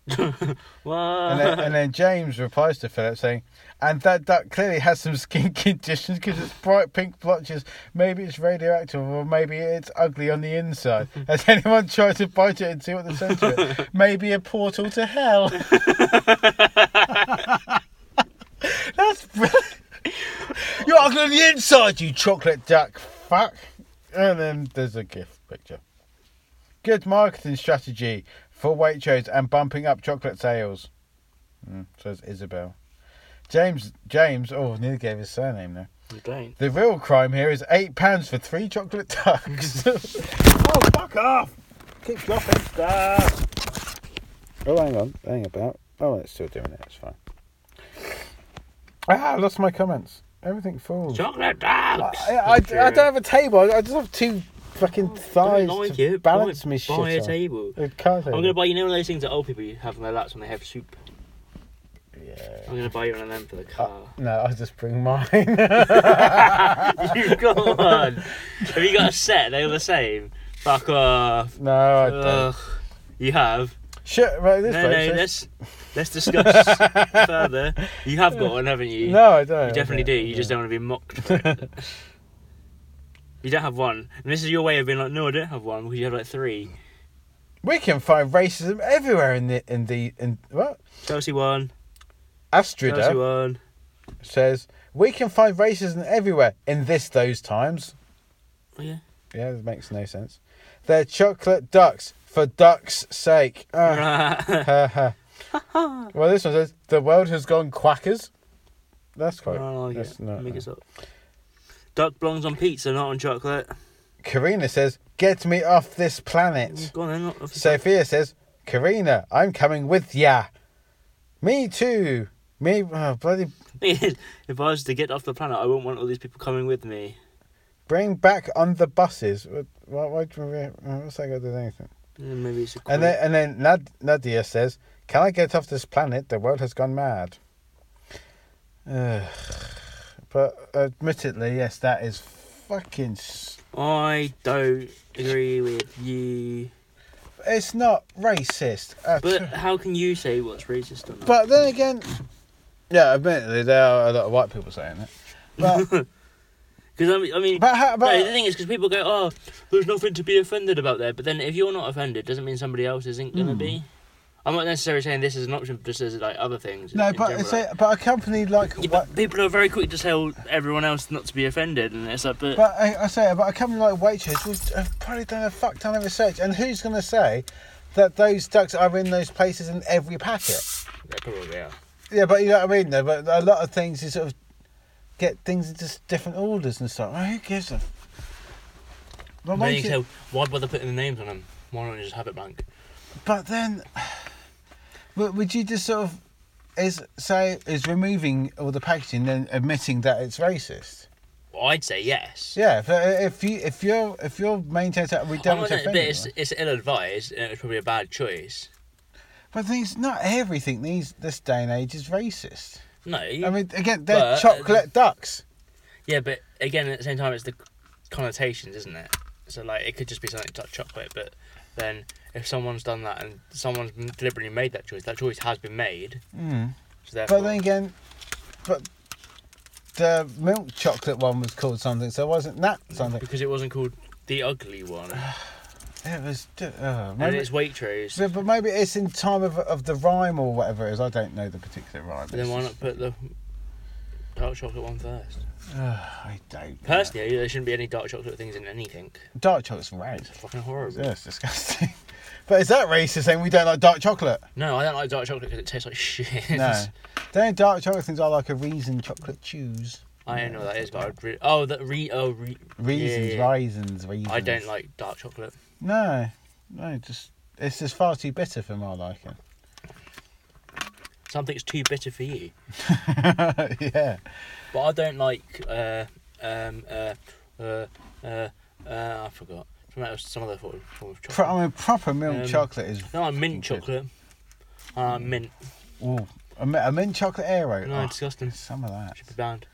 S5: And then,
S6: What?
S5: and then James replies to Philip saying, "And that duck clearly has some skin conditions because it's bright pink blotches. Maybe it's radioactive, or maybe it's ugly on the inside. Has anyone tried to bite it and see what they said to it? Maybe a portal to hell." That's brilliant. You're ugly on the inside, you chocolate duck fuck. And then there's a gift picture. Good marketing strategy for Waitrose and bumping up chocolate sales. Mm, says Isabel. James, James, oh, nearly gave his surname there.
S6: Don't.
S5: The real crime here is eight pounds for three chocolate ducks. oh, fuck off! Keep dropping stuff. Oh, hang on, hang about. Oh, it's still doing it. It's fine. Ah, I lost my comments. Everything falls.
S6: Chocolate dogs.
S5: I, I, I don't have a table. I just have two fucking thighs
S6: Don't like
S5: to
S6: it.
S5: balance
S6: buy,
S5: me shit.
S6: Buy a
S5: on.
S6: table.
S5: A car
S6: I'm
S5: table.
S6: gonna buy you know one of those things that old people have on their laps when they have soup.
S5: Yeah.
S6: I'm gonna buy you one of them for the car.
S5: No, I'll just bring mine.
S6: you got one. Have you got a set? They're all the same. Fuck off.
S5: no, I don't.
S6: Ugh. You have.
S5: Shit, right this
S6: No,
S5: way.
S6: no.
S5: so-
S6: Let's let's discuss further. You have got one, haven't you?
S5: No, I don't.
S6: You definitely do. You just don't want to be mocked. For it. you don't have one. And this is your way of being like, no, I don't have one because you have like three.
S5: We can find racism everywhere in the in the in what?
S6: Chelsea one. Chelsea
S5: Astrida
S6: one.
S5: says we can find racism everywhere in this those times.
S6: Oh, yeah.
S5: Yeah, that makes no sense. They're chocolate ducks for ducks' sake. Ah, ha, ha. well, this one says the world has gone quackers. That's quite.
S6: I don't like
S5: that's
S6: it.
S5: not-
S6: Make us up. Duck belongs on pizza, not on chocolate.
S5: Karina says, "Get me off this planet."
S6: Go on then. Not off your
S5: Sophia says, Karina, I'm coming with ya. Me too. Me, oh, bloody.
S6: if I was to get off the planet, I wouldn't want all these people coming with me.
S5: Bring back on the buses. What, why, why, do we- what's that got to do with anything?
S6: Mm, Maybe it's a
S5: And then, and then Nad- Nadia says, "Can I get off this planet? The world has gone mad." Ugh. But admittedly, yes, that is fucking. S-
S6: I don't agree with you.
S5: it's not racist. At
S6: But
S5: all.
S6: how can you say what's racist or not?
S5: but then again, yeah, admittedly, there are a lot of white people saying it. But
S6: Because I mean, I mean
S5: But how- but-
S6: no, the thing is, because people go, "Oh, there's nothing to be offended about there." But then, if you're not offended, doesn't mean somebody else isn't going to be. I'm not necessarily saying this is an option, just as like other things.
S5: no,
S6: in
S5: but
S6: general,
S5: it's
S6: like-
S5: a, but a company like what,
S6: Yeah, but people are very quick to tell everyone else not to be offended, and it's like, but,
S5: But I, I say, but a company like Waitrose will have probably done a fuck ton of research. And who's going to say that those ducks are in those places in every packet?
S6: they probably are.
S5: Yeah, but you know what I mean, though? But a lot of things, you sort of get things in just different orders and stuff. Well, who gives a. But,
S6: Then you
S5: make it-
S6: can tell, why bother putting the names on them? Why don't you just have it blank?
S5: but then. But would you just sort of. Is say is removing all the packaging then admitting that it's racist?
S6: Well, I'd say yes.
S5: Yeah, but if you if you're if you're maintaining that we
S6: I'm
S5: don't
S6: not
S5: want to
S6: saying,
S5: offend
S6: but it's,
S5: anyone.
S6: it's ill-advised, and it's probably a bad choice.
S5: But the thing's not everything these this day and age is racist.
S6: No,
S5: I mean, again, they're
S6: But- uh,
S5: chocolate ducks.
S6: Yeah, but again, at the same time, it's the connotations, isn't it? So like, it could just be something like chocolate, but then if someone's done that and someone's m- deliberately made that choice, that choice has been made. Mm. So therefore,
S5: Hmm. But then again, but the milk chocolate one was called something, so wasn't that something?
S6: because it wasn't called the ugly one,
S5: It was. d- Uh,
S6: and
S5: maybe,
S6: it's Waitrose,
S5: but but maybe it's in time of, of the rhyme or whatever it is. I don't know the particular rhyme.
S6: then
S5: It's
S6: why
S5: just-
S6: not put the dark chocolate one first?
S5: I don't. know.
S6: Personally, there shouldn't be any dark chocolate things in anything.
S5: dark chocolate's rank.
S6: It's fucking horrible.
S5: Yeah, it's disgusting. but is that racist saying we don't like dark chocolate?
S6: No, I don't like dark chocolate because it tastes like shit.
S5: No. the only dark chocolate things I like are reason chocolate chews.
S6: I don't know what that is, but I'd re- oh, the re oh re-
S5: Reasons,
S6: yeah, yeah.
S5: raisins, reasons.
S6: I don't like dark chocolate.
S5: No, no, just it's just far too bitter for my liking.
S6: Something's too bitter for you.
S5: yeah,
S6: But I don't like uh um uh uh uh, uh I forgot. Some other- some other form form of
S5: Pro-
S6: chocolate.
S5: I mean proper milk
S6: Um,
S5: chocolate is.
S6: No, I like mint chocolate. I like mint.
S5: Ooh, a, mi- a mint chocolate aero.
S6: No,
S5: Oh,
S6: disgusting.
S5: some of that.
S6: Should be banned.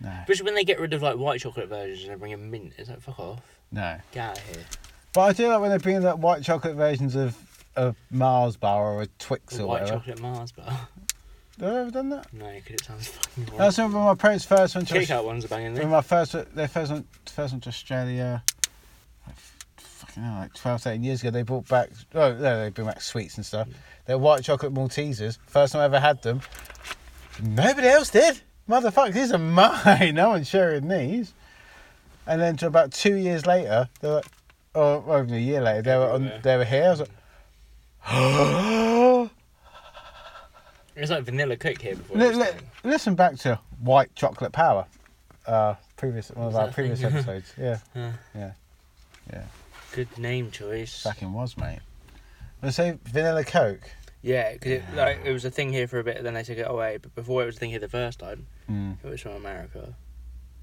S5: No.
S6: Especially when they get rid of like white chocolate versions and they bring in mint. It's like fuck off.
S5: No,
S6: Get out of here.
S5: but I do like when they bring in that white chocolate versions of a Mars bar or a Twix
S6: The
S5: or
S6: white
S5: whatever.
S6: chocolate Mars bar.
S5: Have I ever done that?
S6: no, because it sounds fucking horrible.
S5: That's when my parents first went to
S6: Cake out ones are banging
S5: when
S6: there.
S5: my first their first went, first went to Australia. like, Fucking hell, like 12, 13 years ago, they brought back oh no, they bring back sweets and stuff. They're white chocolate Maltesers. First time I ever had them. Nobody else did. Motherfucker, these are mine. No one's sharing these. And then to about two years later, they were, or or even a year later, they were on,
S6: Everywhere.
S5: they were here. I was like, li-
S6: It's like vanilla cake here before.
S5: li-
S6: this thing.
S5: listen back to white chocolate power. Uh, previous one of
S6: that
S5: our
S6: a
S5: previous
S6: thing?
S5: episodes. Yeah,
S6: Yeah.
S5: yeah.
S6: Good name choice.
S5: Fucking was, mate. Let's say vanilla coke.
S6: Yeah, because it, like, it was a thing here for a bit, then they took it away. But before it was a thing here the first time,
S5: Mm.
S6: it was from America. I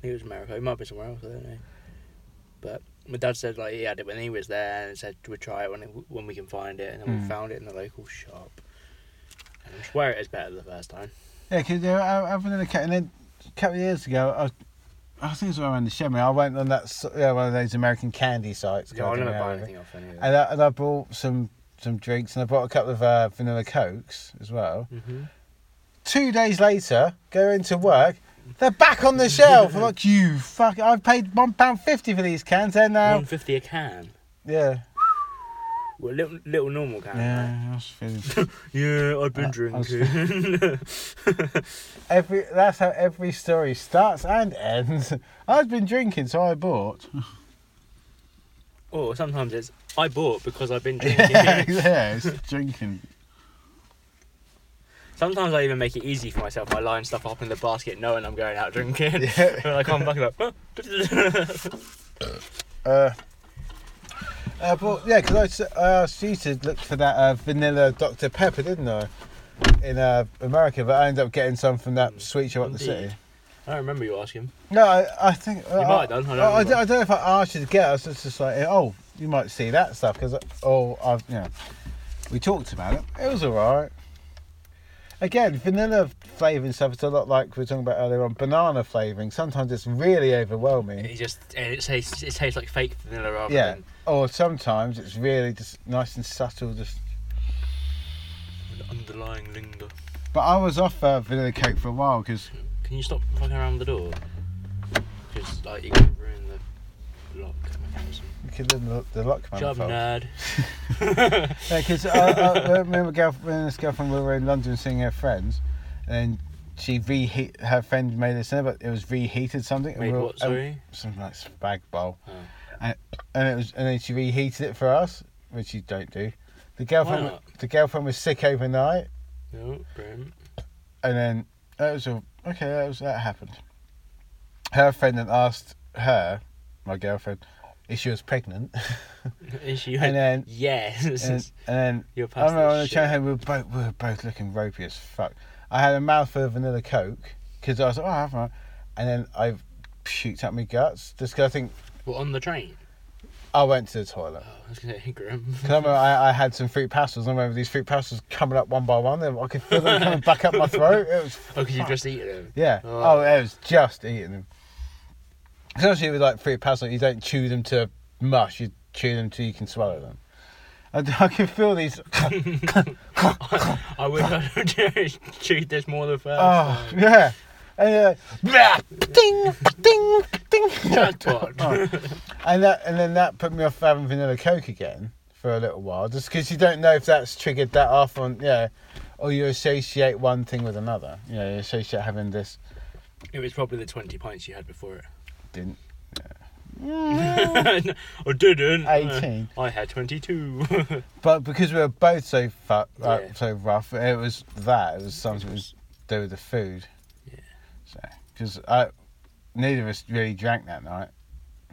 S6: think it was America. It might be somewhere else. I don't know. But my dad said like he had it when he was there, and said we'd try it when it, when we can find it, and then
S5: Hmm.
S6: we found it in the local shop. And I swear it is better the first time.
S5: Yeah, because uh, I, I vanilla coke, and then a couple of years ago, I, was- I think it was around the Shemmy. I went on that s- yeah, one of those American candy sites.
S6: Yeah, I'll
S5: God, I
S6: never
S5: don't know
S6: buy
S5: how-
S6: anything off any of that.
S5: And I, and I bought some some drinks, and I bought a couple of uh, vanilla cokes as well.
S6: Mhm.
S5: Two days later, go into work. They're back on the shelf. I'm like, you fuck! I've paid one pound fifty for these cans. They're now,
S6: One fifty a can.
S5: yeah,
S6: Well, little little normal can. right?
S5: yeah. I was feeling
S6: Yeah, I've been drinking.
S5: Every that's how every story starts and ends. I've been drinking, so I bought.
S6: or sometimes it's I bought because I've been drinking.
S5: yeah, it's drinking.
S6: Sometimes I even make it easy for myself by lining stuff up in the basket knowing I'm going out drinking.
S5: Yeah.
S6: like I'm fucking like,
S5: Uh, I bought yeah, because I, I asked you to look for that uh, vanilla Dr Pepper, didn't I? In uh, America, but I ended up getting some from that sweet shop up the
S6: Indeed.
S5: city.
S6: I don't remember you asking.
S5: No, I, I think you I,
S6: might have done, I don't
S5: I, I
S6: remember.
S5: don't know if I asked you to get. it, I was just like, oh, you might see that stuff because oh, I've you know, we talked about it. It was all right. Again, vanilla flavouring stuff is a lot like we were talking about earlier on. Banana flavouring sometimes it's really overwhelming.
S6: It just and it tastes it tastes like fake vanilla rather
S5: Yeah,
S6: than
S5: or sometimes it's really just nice and subtle. Just
S6: an underlying linger.
S5: but I was off uh, vanilla coke for a while because
S6: Can you stop fucking around the door? Because like you can ruin the lock mechanism.
S5: we could live in the, the luck man.
S6: Job
S5: fold.
S6: nerd.
S5: Yeah, uh, because I, I, I remember girlfriend, and this girlfriend we were in London seeing her friends, and she reheat her friend made this dinner, but it was reheated something. and
S6: Made
S5: we were-
S6: what, sorry?
S5: Some like spag bowl,
S6: Oh.
S5: and, and it was and then she reheated it for us, which you don't do. The girlfriend,
S6: Why not?
S5: the girlfriend was sick overnight,
S6: No, brim.
S5: and then that was all okay. That was that happened. Her friend then asked her, my girlfriend, if she was pregnant,
S6: Is you?
S5: And then-
S6: yes.
S5: and, and then
S6: You're
S5: I
S6: past
S5: remember on
S6: this
S5: the
S6: shit.
S5: train home, we were both we were both looking ropey as fuck. I had a mouthful of vanilla coke because I was like, oh, I have one, and then I puked out my guts just 'cause I think
S6: Well, on the train.
S5: I went to the toilet.
S6: Oh, I was gonna say grim.
S5: 'Cause I remember I, I had some fruit pastels. and I remember these fruit pastels coming up one by one. Then I could feel them coming back up my throat. It was
S6: Oh, because you just eaten them.
S5: yeah.
S6: Oh.
S5: Oh, it was just eating them. Especially with like fruit pastels, you don't chew them to mush. You chew them till you can swallow them. I, I could feel these.
S6: I would have chewed this more the first.
S5: Oh, yeah. And uh, you're like, ding, ding, ding.
S6: Jackpot.
S5: and that, and then that put me off having vanilla coke again for a little while, just because you don't know if that's triggered that off on, yeah, or you associate one thing with another. You know, you associate having this
S6: It was probably the twenty pints you had before it.
S5: didn't.
S6: No, I
S5: 18.
S6: didn't. Uh, I had twenty-two.
S5: But because we were both so fat, uh,
S6: Yeah.
S5: so rough, it was that. It was something to do with the food.
S6: Yeah.
S5: So, because I, neither of us really drank that night,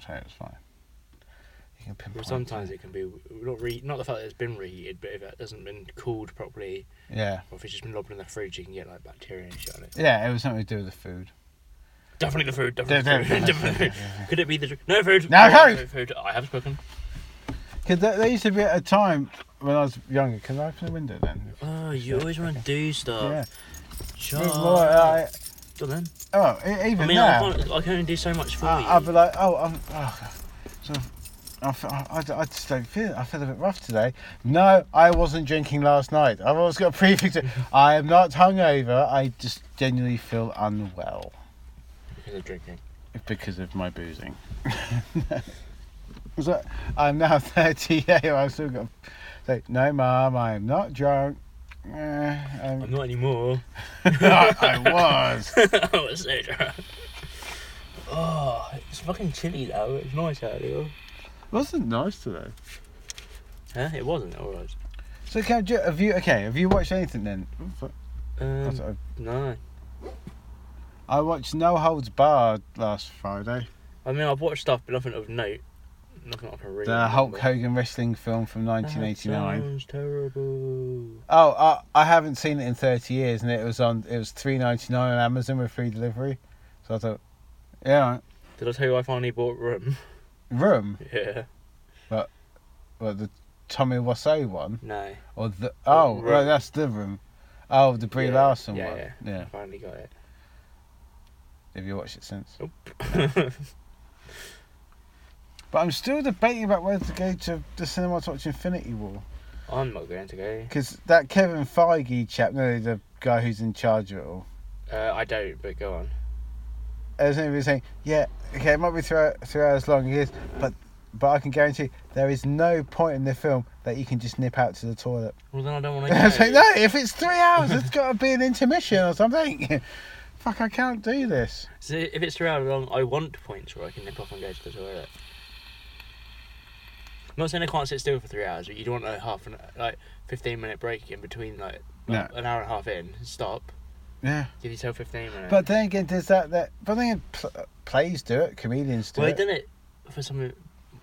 S5: so it was fine. You can
S6: well,
S5: pinpoint.
S6: sometimes it can be not re- not the fact that it's been reheated, but if it hasn't been cooled properly,
S5: Yeah.
S6: or if it's just been lobbed in the fridge, you can get like bacteria and shit on it.
S5: Yeah, it was something to do with the food.
S6: Definitely the food. Definitely,
S5: Don't-
S6: the food.
S5: don't-
S6: definitely the food. Could it be the dr- no food? Oh,
S5: No food!
S6: No food. I have spoken.
S5: Because there, there used to be a time when I was younger. Can I open the window then?
S6: Oh, you always want to do
S5: Yeah. uh,
S6: stuff. Shut
S5: Well,
S6: up.
S5: I,
S6: Go then.
S5: oh, e- even
S6: I mean, I,
S5: now,
S6: can't, I can only do so much for you.
S5: I, I'd be like, oh, I'm, oh, so, I, fe- I, I- I just don't feel. I feel a bit rough today. No, I wasn't drinking last night. I've always got a prefix. to- I am not hungover. I just genuinely feel unwell
S6: Because of drinking.
S5: because of my boozing. so I'm now 38. I've still got. So, no, mum, I'm not drunk. Eh, I'm-
S6: I'm not anymore.
S5: I, I was.
S6: I was so drunk. Oh, it's fucking chilly though. It's nice out here.
S5: Wasn't nice today.
S6: Huh? It wasn't. All right.
S5: So can you, have you okay? Have you watched anything then?
S6: Um,
S5: That's-
S6: no.
S5: I watched No Holds Barred last Friday.
S6: I mean, I've watched stuff, but nothing of note. Nothing I can read.
S5: The Hulk Hogan wrestling film from
S6: Ah,
S5: 1989.
S6: Sounds terrible.
S5: Oh, I, I haven't seen it in 30 years, and it was on. It was 3.99 on Amazon with free delivery. So I thought, yeah, all right.
S6: Did I tell you I finally bought Room?
S5: Room,
S6: Yeah.
S5: well, the Tommy Wiseau one,
S6: No.
S5: or the oh,
S6: Room.
S5: right, that's the Room. Oh, the Brie
S6: Yeah,
S5: Larson
S6: yeah,
S5: one.
S6: yeah. I
S5: yeah.
S6: finally got it.
S5: Have you watched it since?
S6: Nope.
S5: But I'm still debating about whether to go to the cinema to watch Infinity War.
S6: I'm not going to go.
S5: Because that Kevin Feige chap, no, the guy who's in charge of it all,
S6: Uh, I don't, but go on.
S5: as he was saying, yeah, okay, it might be three, three hours long, it is, but but I can guarantee there is no point in the film that you can just nip out to the toilet.
S6: Well, then I don't want to go.
S5: I was like, no, if it's three hours, it's got to be an intermission or something. Fuck, I can't do this.
S6: So if it's three hours long, I want points where I can nip off and go to the toilet. I'm not saying I can't sit still for three hours, but you don't want a half an like fifteen minute break in between, like
S5: No.
S6: an hour and a half in. Stop.
S5: Yeah.
S6: Give yourself fifteen minutes.
S5: But then again, does that, that but then again, pl- plays do it, comedians do
S6: well, they
S5: it.
S6: done it for some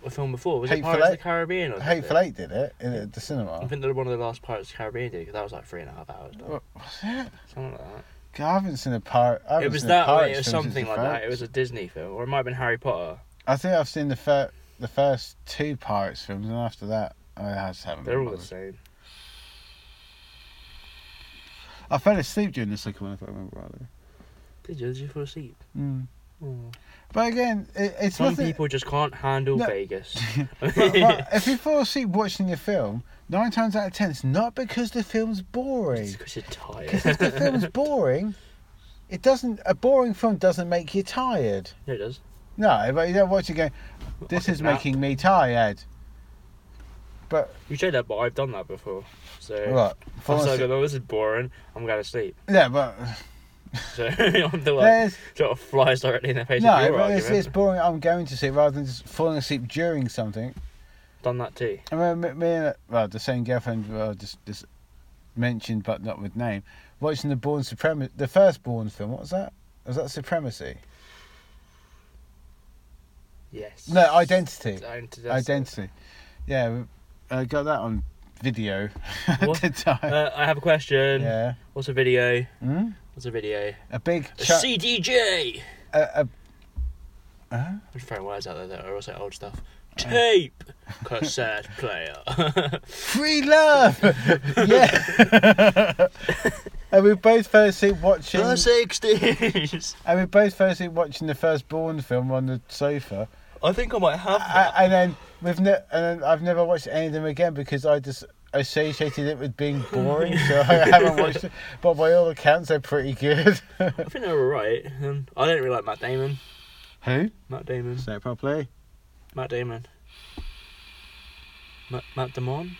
S6: a film before. Was
S5: Hateful
S6: it Pirates
S5: Eight?
S6: of the Caribbean? Or
S5: Hateful
S6: something?
S5: Eight did it in the- the
S6: I
S5: cinema.
S6: think they're one of the last Pirates of the Caribbean did because that was like three and a half hours. long.
S5: What was it?
S6: Something like that.
S5: God, I haven't seen a pirate. I haven't
S6: It was
S5: seen a
S6: that. Or
S5: pirate
S6: it was
S5: film since
S6: something
S5: the
S6: like that.
S5: first.
S6: It was a Disney film, or it might have been Harry Potter.
S5: I think I've seen the first. the first two Pirates films, and after that, I just haven't.
S6: They're
S5: been
S6: all the
S5: bothered.
S6: same.
S5: I fell asleep during the second one, if I remember rightly. Hmm.
S6: Did you? Did you fall asleep? Mm.
S5: But again, it, it's
S6: Some
S5: nothing.
S6: people just can't handle
S5: No.
S6: Vegas.
S5: but, but if you fall asleep watching your film, nine times out of ten, it's not because the film's boring.
S6: It's because you're tired.
S5: Because if the film's boring, it doesn't. A boring film doesn't make you tired.
S6: No, it does.
S5: No, but you don't watch it going, this
S6: could
S5: is
S6: nap.
S5: making me tired.
S6: You say that, but I've done that before. So
S5: What?
S6: I'm
S5: Fall
S6: so
S5: asleep.
S6: good, oh, this is boring. I'm going to sleep.
S5: Yeah, but
S6: So I'm the like
S5: There's-
S6: sort of flies directly in the face of
S5: no,
S6: your
S5: but it's,
S6: argument.
S5: it's boring. I'm going to sleep rather than just falling asleep during something.
S6: Done that too.
S5: I remember me and well, the same girlfriend well, just just mentioned, but not with name, watching the Born Supremacy, the first Born film. What was that? Was that Supremacy?
S6: Yes.
S5: No, Identity.
S6: Ident-
S5: Identity. Yeah, we- I got that on video at
S6: What?
S5: the time.
S6: Uh, I have a question.
S5: yeah,
S6: What's a video?
S5: Hmm?
S6: What's a video?
S5: a big
S6: A
S5: chu-
S6: CDJ.
S5: a, a
S6: I'm just throwing words out there that are also old stuff. Tape. Cassette player.
S5: free love. yeah. and we both fell asleep watching.
S6: The sixties.
S5: And we both fell asleep watching the first Born film on the sofa.
S6: I think I might have
S5: I,
S6: that.
S5: and then we've ne- and then I've never watched any of them again because I just associated it with being boring, so I haven't watched it. But by all accounts, they're pretty good.
S6: I think they were right. Um, I don't really like Matt Damon.
S5: Who?
S6: Matt Damon.
S5: Say it properly.
S6: Matt Damon. Matt, Matt Damon.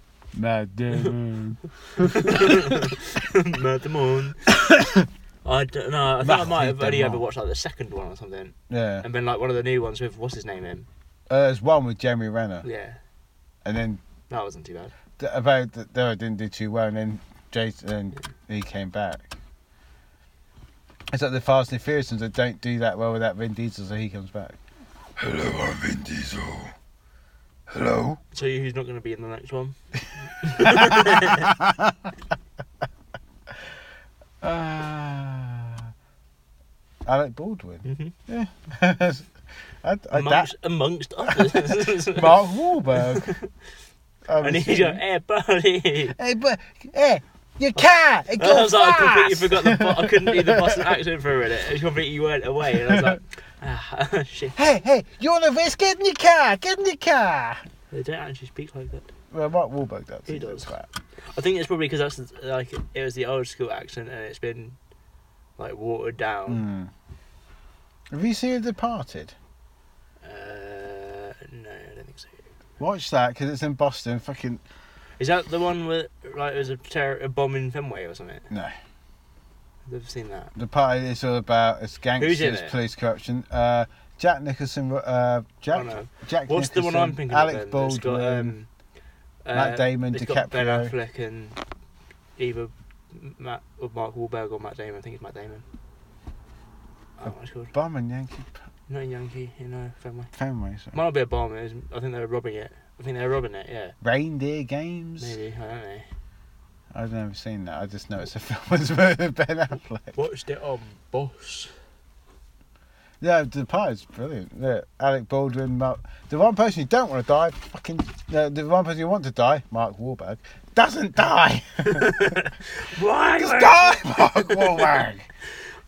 S5: Mad Damon.
S6: Matt Damon. I don't know. I think I
S5: Matt
S6: might have only
S5: Damon.
S6: ever watched like the second one or something,
S5: yeah.
S6: and then like one of the new ones with what's his name in.
S5: Uh, there's one with Jeremy Renner,
S6: Yeah,
S5: and then
S6: that wasn't too bad.
S5: th- about th- no, it didn't do too well, and then Jason and he came back. It's like the Fast and Furious ones that don't do that well without Vin Diesel, so he comes back.
S7: Hello, I'm Vin Diesel. Hello?
S6: So who's not going to be in the next one?
S5: Uh, Alec Baldwin.
S6: Mhm.
S5: Yeah. I, I, that,
S6: amongst, amongst others.
S5: Mark Wahlberg. Um,
S6: and he's going, "Hey, buddy."
S5: hey, but, hey, your car, it
S6: I
S5: goes
S6: was like, I completely
S5: fast.
S6: forgot the. Bo- I couldn't do the Boston accent for a minute. It completely went away, and I was like, "Ah, shit."
S5: Hey, hey, you want a risk? Get in your car, get in your car.
S6: They don't actually speak like that.
S5: Well, Mark Wahlberg does.
S6: He
S5: He's a
S6: does.
S5: twat.
S6: I think it's probably because that's the- like it was the old school accent, and it's been like watered down.
S5: Hmm. Have you seen The Departed?
S6: Uh, no, I don't think so.
S5: Watch that because it's in Boston. Fucking
S6: Is that the one where like there's a, terror, a bomb in Fenway or something?
S5: no.
S6: I've never seen that.
S5: The Departed is all about it's gangsters,
S6: it?
S5: police corruption. Uh, Jack Nicholson. Uh, Jack.
S6: I know.
S5: Jack
S6: Oh, What's the one
S5: Nicholson,
S6: I'm thinking
S5: Alec
S6: of? then?
S5: Baldwin.
S6: It's got, um, uh,
S5: Matt Damon,
S6: it's got Ben
S5: DiCaprio.
S6: Affleck, and either Matt or Mark Wahlberg or Matt Damon. I think it's Matt Damon. Oh, what's it called?
S5: Bum and Yankee
S6: Not in Yankee, in uh, Fenway.
S5: Fenway. sorry.
S6: Might not be a bomb. It was, I think they were robbing it. I think they were robbing it. Yeah,
S5: Reindeer Games.
S6: maybe. I don't know.
S5: I've never seen that. I just know it's a film with Ben Affleck.
S6: Watched it on Boss.
S5: Yeah, the Departed's brilliant. Yeah, Alec Baldwin. Mark... The one person you don't want to die, fucking. No, the one person you want to die, Mark Wahlberg, doesn't die.
S6: Why?
S5: Just die, Mark Wahlberg.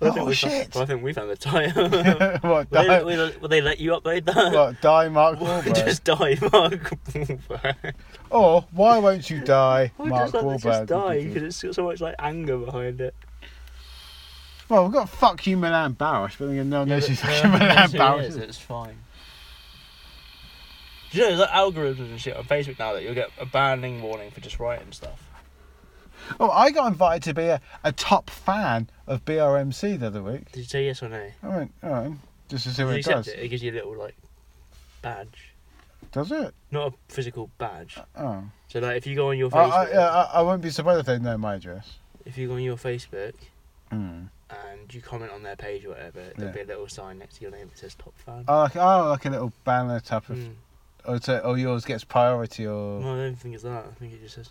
S6: I think
S5: oh
S6: we
S5: shit!
S6: Found, I think we found the tire.
S5: what
S6: Will
S5: die?
S6: they, will, they, will they let you upload that?
S5: What die, Mark Wahlberg?
S6: just die, Mark Wahlberg.
S5: Or why won't you die,
S6: Why
S5: Mark
S6: does that
S5: Wahlberg?
S6: just die? Because it's got so much like anger behind it.
S5: Well, we've got fuck you, Milan Barros, but then no one knows who fucking Milan Barros is.
S6: It's fine. Do you know there's like algorithms and shit on Facebook now that you'll get a banning warning for just writing stuff?
S5: Oh, I got invited to be a, a top fan of BRMC the other week.
S6: Did you say yes or no?
S5: I went, all right, just to see
S6: Did
S5: what
S6: you
S5: it does.
S6: accept it? It gives you a little like badge,
S5: Does it?
S6: not a physical badge.
S5: Oh.
S6: So like if you go on your
S5: I, I,
S6: Facebook,
S5: I, I- I wouldn't be surprised if they know my address.
S6: if you go on your Facebook
S5: Mm.
S6: and you comment on their page or whatever, there'll
S5: Yeah.
S6: be a little sign next to your name that says top fan.
S5: Oh, like, oh, like a little banner type of.
S6: Mm.
S5: Or, to, or yours gets priority or.
S6: No, I don't think it's that. I think it just says.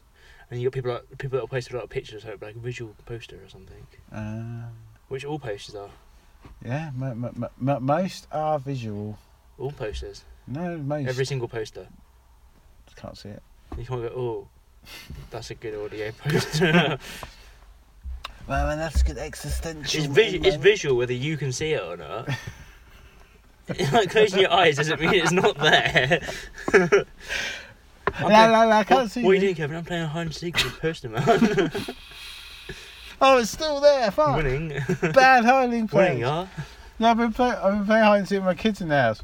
S6: And you got people like people that post a lot of pictures, like like a visual poster or something,
S5: Uh,
S6: which all posters are.
S5: yeah, m- m- m- m- most are visual.
S6: All posters.
S5: No, mate.
S6: Every single poster.
S5: Can't see it.
S6: You can't go, oh, that's a good audio poster.
S5: Well, and that's good existential.
S6: it's, vis- it's visual whether you can see it or not. like closing your eyes doesn't mean it's not there.
S5: La, la, la, I can't
S6: what,
S5: see
S6: What are
S5: you.
S6: you doing, Kevin? I'm playing a hide and seek with Poster Man.
S5: Oh, it's still there. Fuck.
S6: Winning.
S5: Bad hiding place.
S6: Winning, yeah.
S5: No, I've been playing. I've been playing hide and seek with my kids in the house.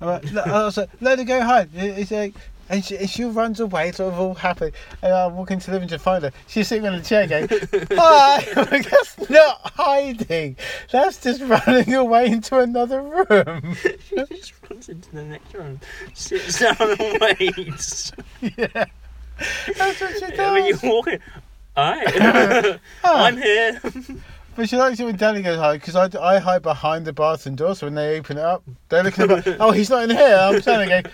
S5: I'm like, "Look," I was like, "Let her go hide." It's like, and she, and she runs away, sort of all happy. And I walk into the living room to find her. She's sitting on a chair, going, "Hi." I'm like, That's not hiding. That's just running away into another room.
S6: She just runs into the next room, sits down and waits.
S5: yeah, that's what she does.
S6: I mean, you're walking. Alright. I'm here.
S5: But she likes it when Danny goes hide because I, I hide behind the bathroom door. So when they open it up, they're looking at me, oh, he's not in here. I'm trying to go.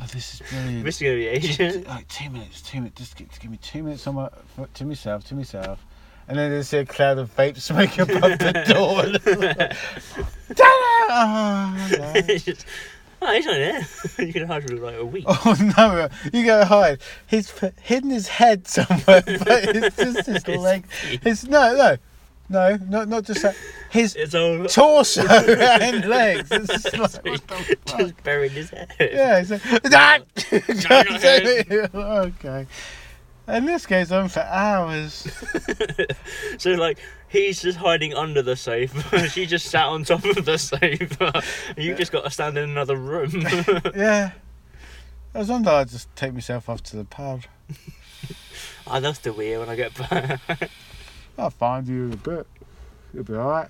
S5: Oh, this is brilliant.
S6: Mr. Go the Asian.
S5: like two minutes, two minutes. Just give, give me two minutes on my for- to myself, to myself. And then there's a cloud of vape smoke above the door. And it's like, Dada! Oh, no.
S6: It's just, oh, he's not there. you can hide for like a week.
S5: Oh, no, you go hide. He's p- hidden his head somewhere, but it's just his
S6: His
S5: leg.
S6: feet.
S5: His no, no, no, not not just that. His
S6: It's all
S5: torso and legs. It's just like, what the fuck?
S6: just buried his head.
S5: Yeah, it's
S6: not
S5: like, okay. And this goes on for hours.
S6: So like he's just hiding under the sofa. she just sat on top of the sofa. You just got to stand in another room.
S5: Yeah. I was wondering I'd just take myself off to the pub.
S6: I lost Oh, the wheel when I get back.
S5: I'll find you in a bit. You'll be alright.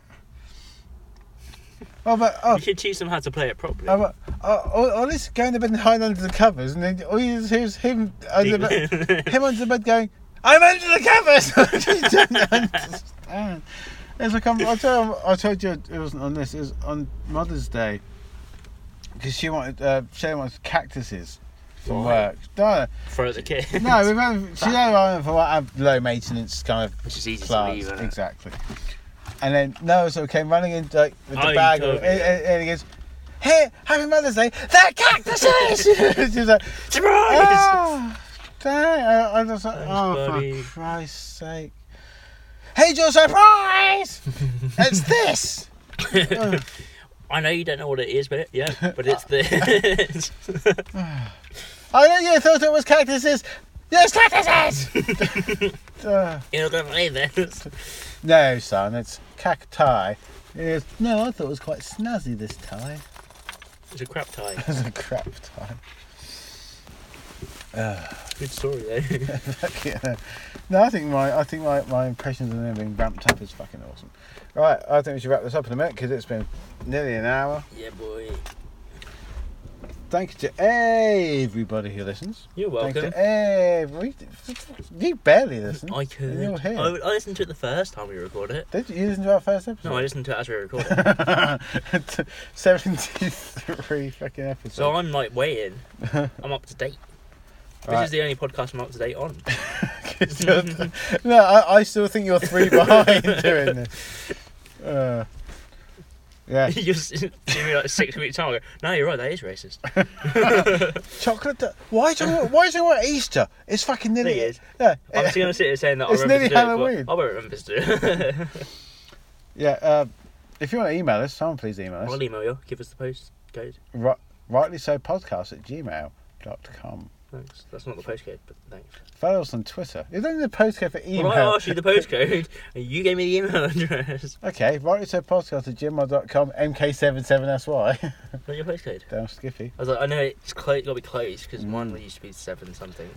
S5: Oh, but oh,
S6: You should teach them how to play it properly.
S5: oh, but, oh, oh, all this going to bed and hiding under the covers, and then all you hear is him under the bed, him under the bed going, "I'm under the covers." I just don't understand. It's like I'm, I told I told you it wasn't on this. It was on Mother's Day because she wanted uh, Shane wanted cactuses for work. No,
S6: Throw at the kid.
S5: no, we've had, she know I went for like, have low maintenance kind of
S6: Which is easy
S5: class.
S6: to leave. Isn't it?
S5: exactly. And then no, so it came running in like with the
S6: Oh, you
S5: bag,
S6: told
S5: of,
S6: me.
S5: and, and, and he goes, "Hey, Happy Mother's Day! They're cactuses." She's like,
S6: Surprise!
S5: "Oh, dang!" I, I was like,
S6: Thanks,
S5: "Oh,
S6: buddy."
S5: for Christ's sake!" Hey, your surprise! it's this.
S6: I know you don't know what it is, but it, yeah, but it's this.
S5: I know you thought it was cactuses. Yes, cactuses. Uh,
S6: You're not gonna play this.
S5: no, son, it's cacti. He goes, no, I thought it was quite snazzy this tie.
S6: It's a crap tie.
S5: That's a crap time.
S6: Good story eh? though.
S5: yeah. No, I think my I think my, my impressions of them being ramped up is fucking awesome. Right, I think we should wrap this up in a minute because it's been nearly an hour.
S6: yeah, boy.
S5: Thank you to everybody who listens.
S6: You're
S5: Thank you
S6: welcome.
S5: to every. You barely listen.
S6: I could.
S5: You're here.
S6: I, I listened to it the first time we recorded it.
S5: Did you listen to our first episode?
S6: No, I listened to it as we recorded. it.
S5: did. 73 fucking episodes.
S6: So I'm like waiting. I'm up to date. This
S5: Right.
S6: is the only podcast I'm up to date on.
S5: no, I, I still think you're three behind doing this. Uh, yeah.
S6: you just give me like six weeks time. I go, no, you're right. That is racist.
S5: Chocolate. Why do you, why do you want Easter? It's fucking nearly.
S6: Thing is,
S5: Yeah,
S6: I'm
S5: eh,
S6: just gonna sit here saying that.
S5: It's
S6: I remember
S5: nearly
S6: to do it, but I won't remember to do it.
S5: yeah. Uh, if you want to email us, someone please email us.
S6: I'll e- email you. Give us the post code.
S5: Ri- rightly so podcast at gmail.com.
S6: Thanks. That's not the postcode, but thanks.
S5: Follow us on Twitter. You don't need a postcode for email.
S6: Well, I asked you the postcode, and you gave me the email address.
S5: okay, rightly so podcast at gmail.com, MK77SY.
S6: Not your postcode.
S5: Down Skiffy.
S6: I was like, I know it's clo- got to be close because
S5: Mm.
S6: mine used to be seven something.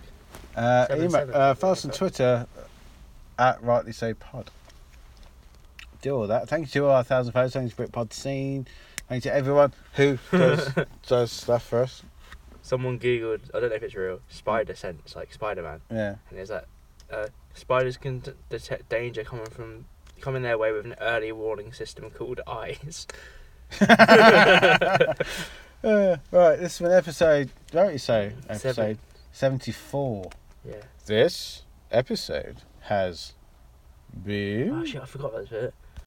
S5: Uh,
S6: Seven,
S5: email,
S6: seven.
S5: uh, follow us on Twitter at rightly so pod. Do all that. Thank you to all our thousand fans. Thanks to Britpod Scene. Thank you to everyone who does, does stuff for us.
S6: Someone googled, I don't know if it's real, spider sense, like Spider Man,
S5: Yeah.
S6: and there's that uh, spiders can d- detect danger coming from coming their way with an early warning system called eyes.
S5: Uh, right, this has been episode, don't you say, episode
S6: Seven.
S5: 74.
S6: Yeah.
S5: This episode has been.
S6: Oh shit, I forgot that was it.